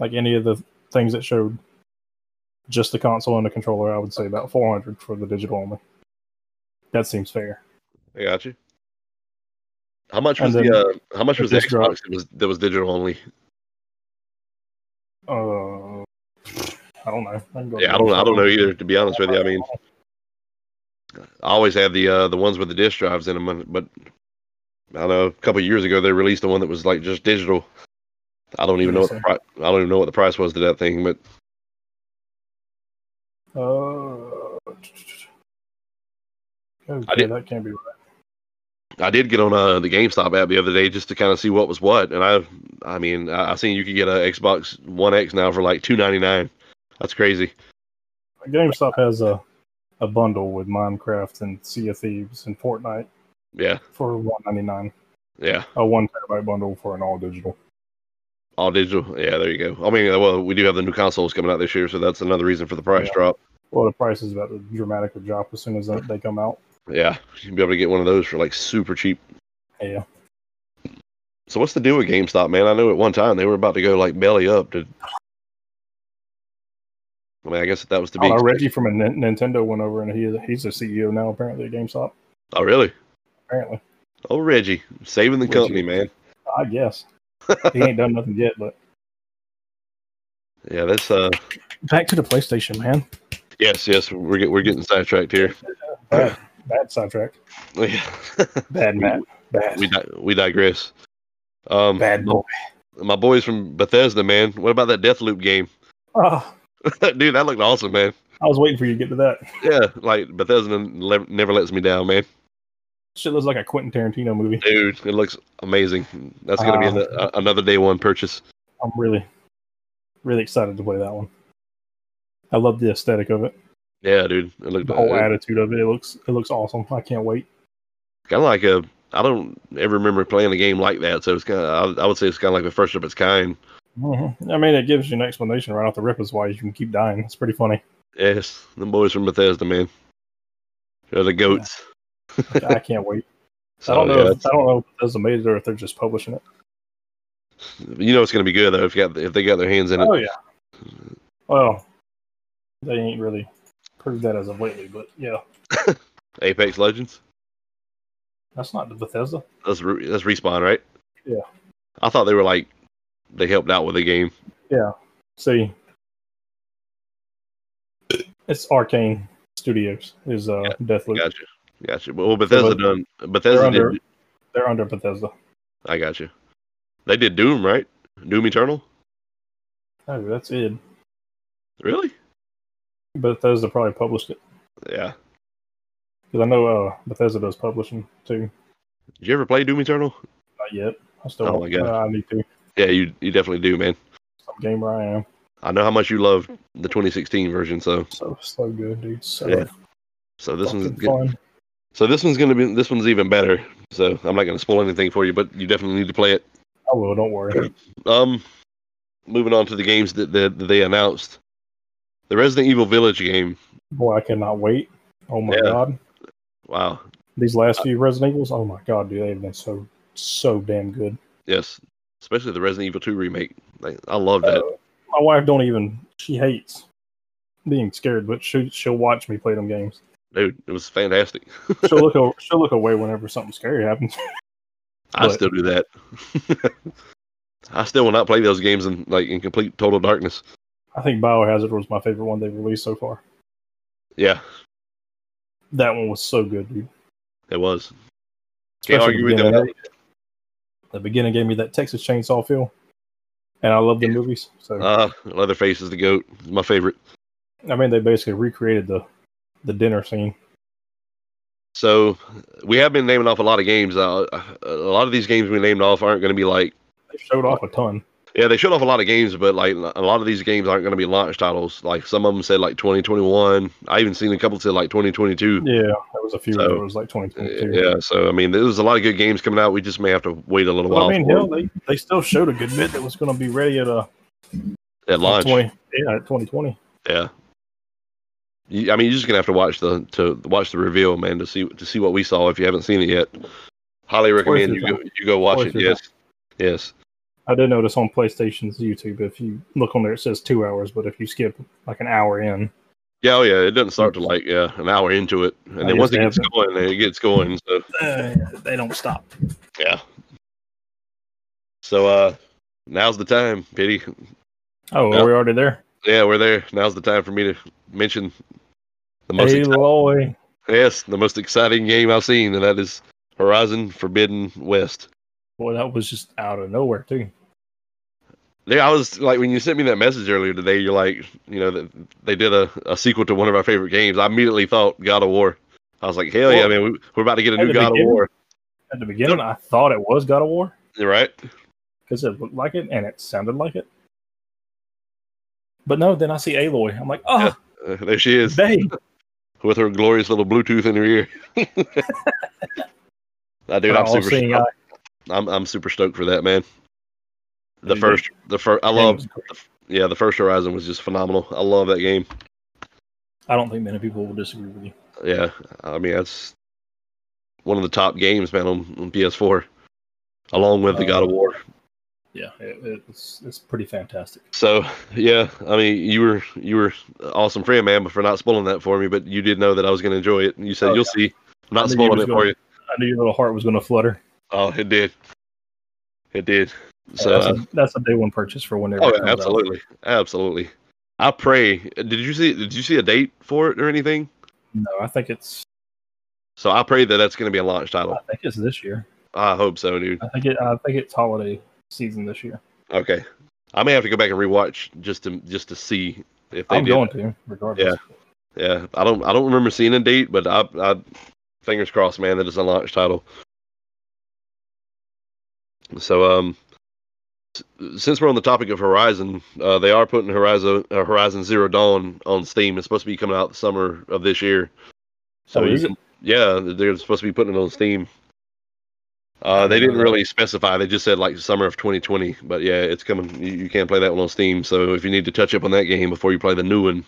B: like any of the things that showed, just the console and the controller, I would say about 400 for the digital only. That seems fair.
A: I got you. How much was
B: And
A: the uh, how much
B: the
A: was the
B: disc drive.
A: Xbox that was that was digital only?
B: Uh, I don't know. I can go
A: Yeah, I don't I don't know either. To be honest with you, I mean, I always have the uh, the ones with the disc drives in them, but I don't know. A couple of years ago, they released the one that was like just digital. I don't even know what the pri- I don't even know what the price was to that thing, but
B: Uh, okay,
A: I did-
B: that can't be right.
A: I did get on uh, the GameStop app the other day just to kind of see what was what, and I I mean I, I seen you could get a Xbox One X now for like two ninety nine. That's crazy.
B: GameStop has a a bundle with Minecraft and Sea of Thieves and Fortnite
A: Yeah,
B: for one ninety nine.
A: yeah,
B: A one terabyte bundle for an all digital.
A: all digital. Yeah, there you go. I mean, well, we do have the new consoles coming out this year, so that's another reason for the price
B: Yeah.
A: drop.
B: Well, the price is about to dramatically drop as soon as they they come out.
A: Yeah, you'll be able to get one of those for like super cheap.
B: Yeah,
A: So what's the deal with GameStop, man? I know at one time they were about to go like belly up. To, I mean, I guess that was to
B: I
A: be.
B: don't know, Oh, Reggie from a Nin- Nintendo went over and he he's the CEO now apparently at GameStop.
A: oh, really?
B: Apparently,
A: Oh, Reggie, saving the
B: Reggie.
A: company, man.
B: I guess he ain't done nothing yet. But
A: Yeah, that's uh.
B: back to the PlayStation, man.
A: Yes, yes, we're get, we're getting sidetracked here.
B: Bad, bad sidetrack.
A: we
B: Bad Matt. Bad.
A: di- we digress. Um,
B: bad boy.
A: my boys from Bethesda, man. What about that Deathloop game,
B: Oh,
A: dude? That looked awesome, man.
B: I was waiting for you to get to that.
A: Yeah, like Bethesda le- never lets me down, man.
B: Shit looks like a Quentin Tarantino movie.
A: Dude, it looks amazing. That's gonna be
B: Uh,
A: an- a- another day one purchase.
B: I'm really, really excited to play that one. I love the aesthetic of it,
A: Yeah, dude, it looked
B: the whole
A: it-
B: attitude of it. It looks, it looks awesome. I can't wait.
A: kind of like a I don't ever remember playing a game like that, so it's kind of I, I would say it's kind of like the first of its kind.
B: Mm-hmm. Mhm. I mean, it gives you an explanation right off the rip as why you can keep dying. It's pretty funny.
A: Yes, the boys from Bethesda, man. They're the goats.
B: I can't wait.
A: So,
B: I don't know.
A: Oh, yeah,
B: if, I don't know if Bethesda made it or if they're just publishing it.
A: you know it's gonna be good though if you got if they got their hands in it.
B: Oh yeah. Well, they ain't really proved that as of lately, but yeah,
A: Apex Legends.
B: that's not the Bethesda.
A: That's re- that's respawn, right?
B: Yeah.
A: I thought they were like they helped out with the game.
B: See, it's Arcane Studios is uh,
A: Yeah,
B: Deathloop.
A: Gotcha, gotcha. But well, Bethesda
B: but-
A: done.
B: They're
A: Bethesda
B: under
A: did.
B: they're under Bethesda.
A: I got you. They did Doom, right? Doom Eternal.
B: Oh, that's it.
A: Really?
B: Bethesda probably published it
A: Yeah.
B: because I know uh, Bethesda does publishing too.
A: Did you ever play Doom Eternal?
B: Not yet. I still.
A: Oh
B: want-
A: my gosh.
B: uh, I need to.
A: Yeah, you you definitely do, man.
B: I'm gamer. I am.
A: I know how much you love the 2016 version, so
B: So so good, dude. So
A: Yeah, so this one's
B: fucking
A: good.
B: fun.
A: So this one's gonna be this one's even better. So I'm not gonna spoil anything for you, but you definitely need to play it.
B: I will. Don't worry.
A: Um, moving on to the games that, that, that they announced, the Resident Evil Village game.
B: Boy, I cannot wait. Oh my
A: Yeah.
B: god,
A: Wow.
B: these last few Resident Evils. Oh my god, dude, they've been so so damn good.
A: Yes. Especially the Resident Evil 2 remake. Like, I love that.
B: Uh, my wife don't even. She hates being scared, but she she'll watch me play them games.
A: Dude, it was fantastic.
B: She'll look a, she'll look away whenever something scary happens.
A: I
B: But-
A: still do that. I still will not play those games in like in complete total darkness.
B: I think Biohazard was my favorite one they've released so far.
A: Yeah,
B: That one was so good, dude.
A: it was. Can't
B: Especially
A: argue with
B: beginning.
A: that.
B: The beginning gave me that Texas Chainsaw feel, and I love the movies. So
A: Uh, Leatherface is the goat. It's my favorite.
B: I mean, they basically recreated the the dinner scene.
A: So we have been naming off a lot of games. Uh, a lot of these games we named off aren't going to be like
B: They showed off a ton.
A: Yeah, they showed off a lot of games, but like a lot of these games aren't going to be launch titles. Like some of them said like 2021. I even seen a couple said like 2022.
B: Yeah, there was a few.
A: So,
B: it was like twenty
A: Uh,
B: twenty two.
A: Yeah, so I mean, there's a lot of good games coming out. We just may have to wait a little
B: Well,
A: while
B: I mean,
A: for
B: hell, they, they still showed a good bit that was going to be ready at a
A: it at launch.
B: 20, yeah, at 2020.
A: Yeah. You, I mean, you're just gonna have to watch the to watch the reveal, man, to see to see what we saw. If you haven't seen it yet, highly recommend
B: your
A: you go, you go watch
B: Worth
A: it.
B: your
A: Yes, yes,
B: I did notice on PlayStation's YouTube, if you look on there, it says two hours, but if you skip like an hour in,
A: yeah, oh yeah. It doesn't start to like yeah an hour into it, and then
B: guess
A: once it
B: they
A: gets
B: haven't.
A: going, it gets going. So
B: uh, they don't stop.
A: Yeah. So uh now's the time, Pity.
B: Oh,
A: Yeah.
B: are we already there?
A: Yeah, we're there. Now's the time for me to mention the most ex-
B: Aloy.
A: yes, the most exciting game I've seen, and that is Horizon Forbidden West.
B: Boy, that was just out of nowhere, too.
A: Yeah, I was like when you sent me that message earlier today, you're like, you know, that they did a, a sequel to one of our favorite games. I immediately thought God of War. I was like, hell yeah,
B: Well,
A: man, we, we're about to get a
B: at
A: new
B: the
A: God of
B: beginning-
A: War,
B: At the beginning, I thought it was God of War
A: right?
B: because it looked like it and it sounded like it. But no, then I see Aloy. I'm like, oh,
A: Uh, there she is
B: dang.
A: with her glorious little Bluetooth in her ear. I dude,
B: My
A: I'm super.
B: all-seeing eye.
A: I'm I'm super stoked for that, man. The
B: Dude,
A: first, the first, I
B: That
A: love,
B: was great.
A: yeah, the first Horizon was just phenomenal. I love that game.
B: I don't think many people will disagree with you.
A: Yeah, I mean that's one of the top games, man, on, on PS4, along with the God of
B: Uh,
A: War.
B: Yeah, it, it's it's pretty fantastic.
A: So yeah, I mean you were you were an awesome friend, man, but for not spoiling that for me. But you did know that I was going to enjoy it, and you said
B: Oh,
A: you'll see. I'm not
B: knew you
A: spoiling
B: was
A: it for
B: gonna-
A: you.
B: I knew your little heart was going to flutter.
A: Oh, it did, it did. So
B: that's,
A: uh,
B: a, that's a day one purchase for whenever.
A: Oh,
B: it
A: yeah,
B: comes out.
A: absolutely, absolutely. I pray. Did you see? Did you see a date for it or anything?
B: No, I think it's
A: So I pray that that's going to be a launch
B: I
A: title.
B: think it's this year.
A: I hope so, dude.
B: I think it I think it's holiday season this year.
A: Okay, I may have to go back and rewatch just to just to see if they
B: I'm
A: did.
B: going to regardless.
A: Yeah, I don't I don't remember seeing a date, but I, I fingers crossed, man, that it's a launch title. So um, s- since we're on the topic of Horizon, uh, they are putting Horizon uh, Horizon Zero Dawn on Steam. It's supposed to be coming out the summer of this year. So
B: Oh,
A: you
B: is
A: can- yeah, they're supposed to be putting it on Steam. Uh, they didn't really specify. They just said like summer of 2020. But yeah, it's coming. You, you can play that one on Steam. So if you need to touch up on that game before you play the new one,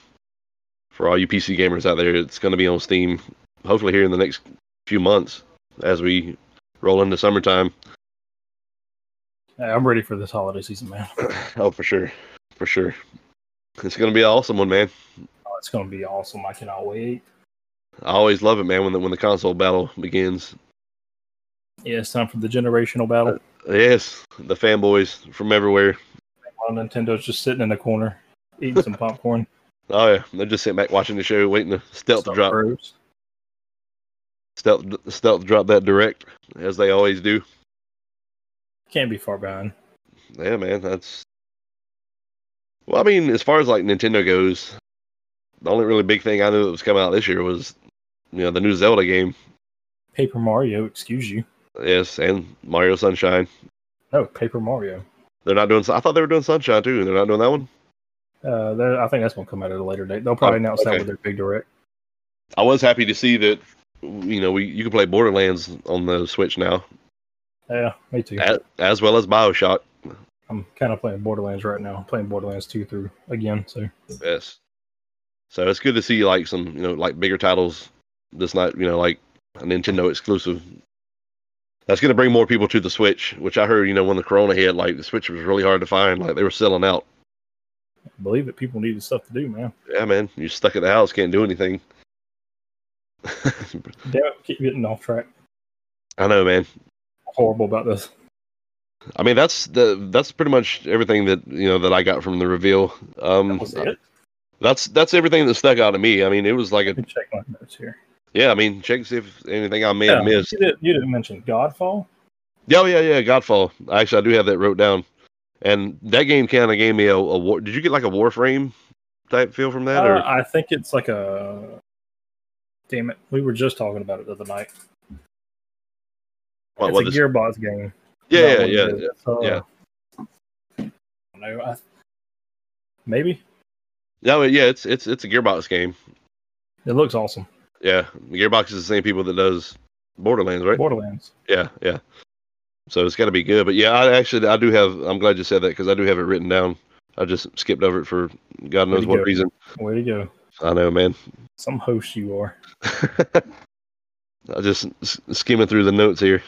A: for all you PC gamers out there, it's going to be on Steam. Hopefully, here in the next few months, as we roll into summertime.
B: Yeah, I'm ready for this holiday season, man.
A: oh, for sure, for sure. It's going to be an awesome one, man.
B: Oh, it's gonna be awesome. I cannot wait.
A: I always love it, man. When the when the console battle begins,
B: Yeah, it's time for the generational battle.
A: yes, the fanboys from everywhere.
B: While Nintendo's just sitting in the corner eating some popcorn.
A: Oh yeah, they're just sitting back watching the show, waiting to stealth
B: Stuff
A: drop,
B: grows.
A: stealth, stealth drop that direct as they always do.
B: Can't be far behind.
A: Yeah, man, that's. Well, I mean, as far as like Nintendo goes, the only really big thing I knew that was coming out this year was, you know, the new Zelda game,
B: Paper Mario, excuse you.
A: yes, and Mario Sunshine.
B: No, Paper Mario.
A: They're not doing. Sun- I thought they were doing Sunshine too. They're not doing that one.
B: Uh, there- I think that's gonna come out at a later date. They'll probably
A: Oh,
B: announce that
A: okay.
B: with their big direct.
A: I was happy to see that, you know, we you can play Borderlands on the Switch now,
B: Yeah, me too.
A: as, as well as Bioshock.
B: I'm kind of playing Borderlands right now. I'm playing Borderlands two through again. So
A: Yes. So it's good to see like some, you know, like bigger titles that's not, you know, like a Nintendo exclusive. That's gonna bring more people to the Switch, which I heard, you know, when the corona hit, like the Switch was really hard to find. Like they were selling out.
B: I believe it. People needed stuff to do, man.
A: Yeah, man. You're stuck at the house, can't do anything.
B: Damn it, keep getting off track.
A: I know, man.
B: Horrible about this.
A: I mean that's the that's pretty much everything that you know that I got from the reveal. Um
B: That was it.
A: that's that's everything that stuck out to me. I mean it was like
B: Let
A: a
B: me check my notes here.
A: yeah, I mean check to see if anything I may
B: Yeah,
A: have missed.
B: You, did, you didn't mention Godfall.
A: Yeah, oh, yeah, yeah. Godfall. Actually, I do have that wrote down, and that game kind of gave me a, a war. Did you get like a Warframe type feel from that?
B: Uh, I think it's like a. Damn it! We were just talking about it the other night.
A: or what,
B: it's
A: what
B: a
A: this-
B: Gearbox game. Not
A: yeah,
B: what it
A: yeah, yeah,
B: is. It's, uh,
A: yeah.
B: I don't know. I, maybe
A: yeah. but yeah, it's it's it's a Gearbox game.
B: it looks awesome.
A: Yeah, Gearbox is the same people that does Borderlands, right?
B: Borderlands.
A: yeah, yeah. So it's got to be good. But yeah, I actually I do have. I'm glad you said that because I do have it written down. I just skipped over it for God
B: Way
A: knows
B: to
A: what
B: go.
A: reason.
B: Way to go!
A: I know, man.
B: Some host you are.
A: I just s- skimming through the notes here.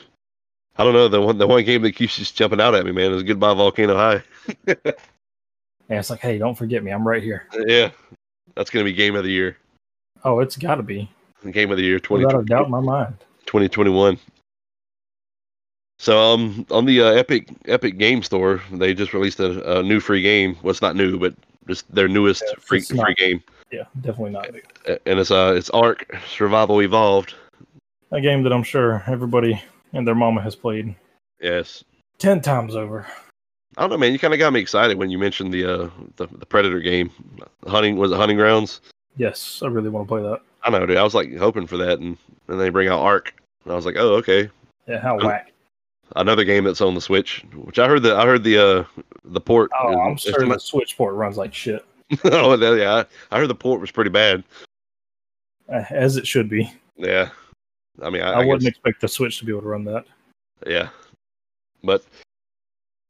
A: I don't know the one the one game that keeps just jumping out at me, man, is Goodbye Volcano High.
B: And it's like, hey, don't forget me. I'm right here.
A: yeah, that's gonna be game of the year.
B: Oh, it's got to be.
A: Game of the year 20,
B: Without a doubt in my mind.
A: 2021. So um on the uh, Epic Epic Game Store, they just released a, a new free game. Well, it's not new, but just their newest
B: Yeah,
A: free
B: it's
A: free
B: not-
A: game,
B: Yeah, definitely not.
A: A- and it's uh it's Ark Survival Evolved.
B: A game that I'm sure everybody and their mama has played
A: Yes,
B: ten times over.
A: I don't know, man. You kind of got me excited when you mentioned the uh the, the Predator game, hunting was it Hunting Grounds?
B: Yes, I really want to play that.
A: I know, dude. I was like hoping for that, and and they bring out Ark, and I was like, oh, okay,
B: Yeah, how whack.
A: another game that's on the Switch. Which I heard the I heard the uh the port.
B: Oh, I'm
A: is-
B: sure the
A: is-
B: Switch port runs like shit,
A: oh, that- yeah, I I heard the port was pretty bad.
B: uh, as it should be.
A: Yeah, I mean, I,
B: I,
A: I
B: wouldn't
A: guess-
B: expect the Switch to be able to run that.
A: yeah, but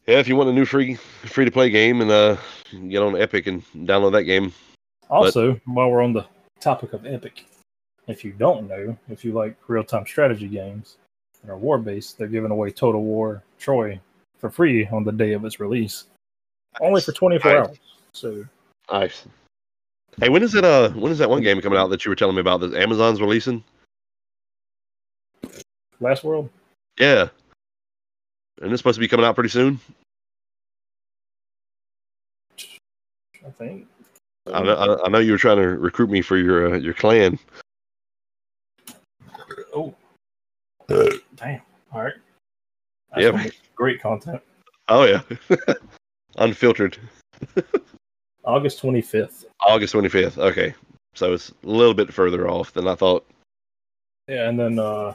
A: yeah, if you want a new free free to play game, and uh, you can get on Epic and download that game.
B: Also, while we're on the topic of Epic, if you don't know, if you like real time strategy games and are war based, they're giving away Total War Troy for free on the day of its release, only for 24
A: Nice.
B: hours. So,
A: Nice. Hey, when is it? Uh, when is that one game coming out that you were telling me about that Amazon's releasing?
B: Last World,
A: Yeah, and it's supposed to be coming out pretty soon.
B: I think.
A: I know, I- I know you were trying to recruit me for your uh, your clan.
B: Oh, damn. All right.
A: Yeah.
B: gonna be Great content.
A: Oh yeah, unfiltered.
B: August 25th.
A: August twenty fifth. Okay, so it's a little bit further off than I thought.
B: Yeah, and then, uh,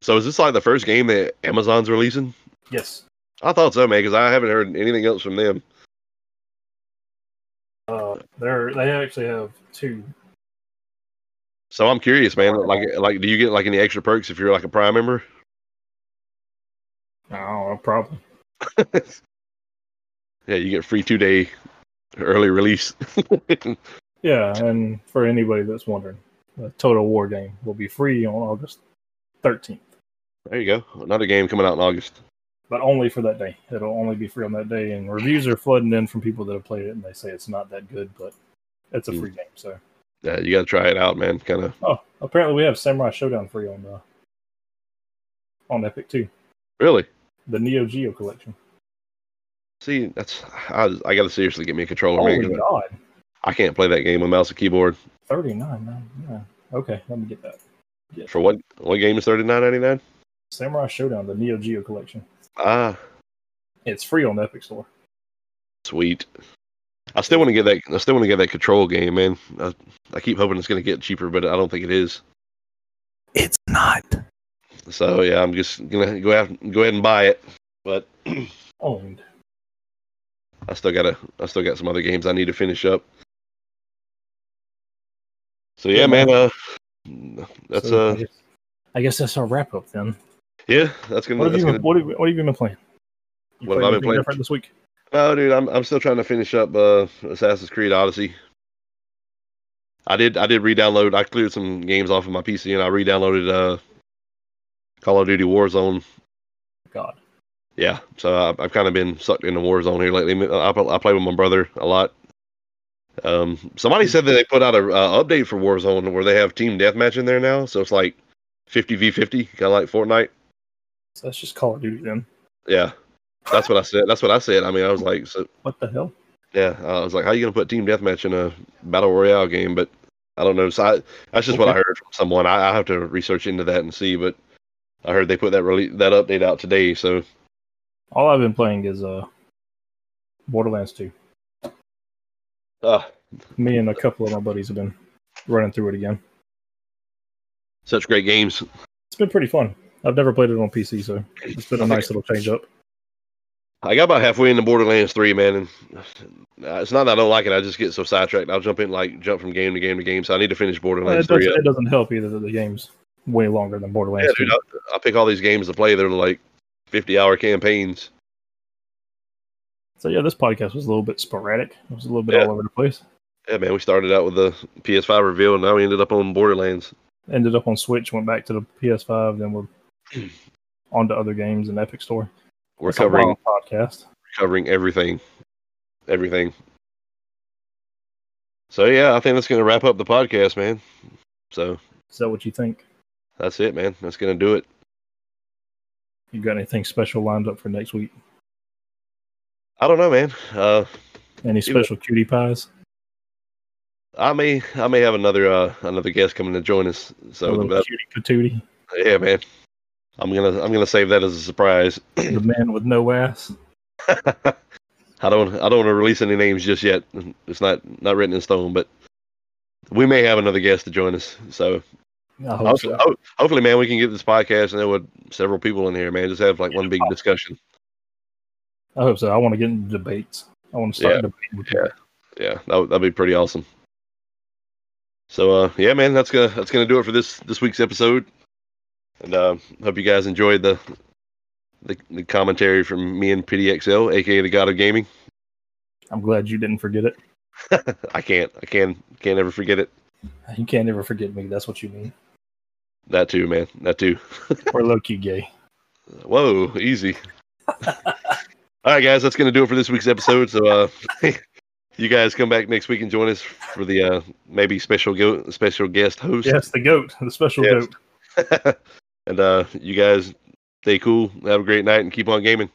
A: So is this like the first game that Amazon's releasing?
B: yes.
A: I thought so, man, because I haven't heard anything else from them.
B: Uh, they're, they actually have two.
A: So I'm curious, man. Like, like, do you get like any extra perks if you're like a Prime member?
B: I don't know, probably.
A: yeah, you get free two day early release.
B: Yeah, and for anybody that's wondering, the Total War game will be free on August 13th,
A: There you go. Another game coming out in August.
B: but only for that day. It'll only be free on that day, and reviews are flooding in from people that have played it, and they say it's not that good, but it's a
A: Mm.
B: free game. So,
A: Yeah, you got to try it out, man. Kind of
B: oh, apparently we have Samurai Showdown free on uh, on Epic too,
A: really
B: the Neo Geo collection.
A: see. That's I, I got to seriously get me a controller,
B: Oh
A: man.
B: my
A: 'cause
B: God,
A: I can't play that game with mouse and keyboard.
B: thirty nine, man. Yeah. Okay, let me get that.
A: For what? What game is thirty nine ninety nine?
B: Samurai Showdown, the Neo Geo collection.
A: Ah,
B: It's free on the Epic Store.
A: sweet. I still want to get that. I still want to get that control game, man. I, I keep hoping it's going to get cheaper, but I don't think it is.
C: It's not.
A: So yeah, I'm just gonna go out, go ahead and buy it. But I
B: Owned.
A: still gotta, I still got some other games I need to finish up. So yeah,
B: Yeah,
A: man.
B: man.
A: Uh, that's
B: So,
A: uh,
B: I guess- I guess that's our wrap up then.
A: yeah, that's gonna.
B: What have,
A: that's
B: you
A: gonna
B: been, what, have, what have you been playing? You
A: What have I been
B: anything
A: playing?
B: different this week?
A: No, dude, I'm I'm still trying to finish up uh, Assassin's Creed Odyssey. I did I did re-download. I cleared some games off of my PC and I re-downloaded uh, Call of Duty Warzone.
B: God.
A: Yeah, so I, I've kind of been sucked into Warzone here lately. I, I play with my brother a lot. Um, somebody said that they put out a uh, update for Warzone where they have team deathmatch in there now, so it's like 50 v 50, kind of like Fortnite.
B: So that's just Call of Duty then.
A: Yeah, that's what I said. That's what I said. I mean, I was like, so
B: What the hell?
A: Yeah, I was like, "How you gonna put team deathmatch in a battle royale game?" But I don't know. So I, that's just what I
B: Okay.
A: heard from someone. I, I have to research into that and see. But I heard they put that rele that update out today. So
B: All I've been playing is uh Borderlands 2.
A: uh,
B: Me and a couple of my buddies have been running through it again.
A: such great games.
B: It's been pretty fun. I've never played it on PC, so it's been a
A: I
B: nice
A: think-
B: little change up.
A: I got about halfway into Borderlands Three, man, and uh, it's not that I don't like it. I just get so sidetracked. I'll jump in like jump from game to game to game. So I need to finish
B: It
A: Borderlands
B: doesn't,
A: Three. up.
B: it doesn't help either that the game's way longer than
A: Yeah,
B: Borderlands
A: dude,
B: 2.
A: I, I pick all these games to play. They're like fifty hour campaigns.
B: So yeah, this podcast was a little bit sporadic. It was a little bit
A: Yeah.
B: all over the place.
A: Yeah, man, we started out with the PS5 reveal, and now we ended up on Borderlands.
B: Ended up on Switch, went back to the PS5, then we're on to other games and Epic Store.
A: We're
B: It's a
A: covering
B: long podcast.
A: covering everything, everything. So yeah, I think that's gonna wrap up the podcast, man. So
B: Is that what you think?
A: that's it, man. That's gonna do it.
B: You got anything special lined up for next week?
A: I don't know, man. Uh,
B: Any
A: Do it.
B: special cutie pies?
A: I may, I may have another, uh, another guest coming to join us.
B: A
A: So
B: little
A: that-
B: cutie
A: yeah, man. I'm gonna, I'm gonna save that as a surprise.
B: patootie. the man with no ass.
A: I don't, I don't want to release any names just yet. It's not, not written in stone, but we may have another guest to join us. So
B: I hope
A: Hopefully,
B: so.
A: ho- hopefully, man, we can get this podcast and there with several people in here, man. Just have like one big discussion.
B: I hope so. I want to get into debates. I want to start
A: Yeah.
B: debating with
A: Yeah.
B: people.
A: Yeah, that would, that'd be pretty awesome. So, uh, yeah, man, that's gonna that's gonna do it for this this week's episode. And uh, hope you guys enjoyed the, the the commentary from me and PDXL, aka the God of Gaming.
B: I'm glad you didn't forget it.
A: I can't, I can can't ever forget it.
B: You can't ever forget me. That's what you mean.
A: That too, man. That too.
B: We're low key gay.
A: Whoa, easy. All right, guys, that's gonna do it for this week's episode. So, uh, you guys come back next week and join us for the uh, maybe special go- special guest host.
B: Yes, the goat, the special
A: Yes.
B: goat.
A: and uh, you guys stay cool, have a great night, and keep on gaming.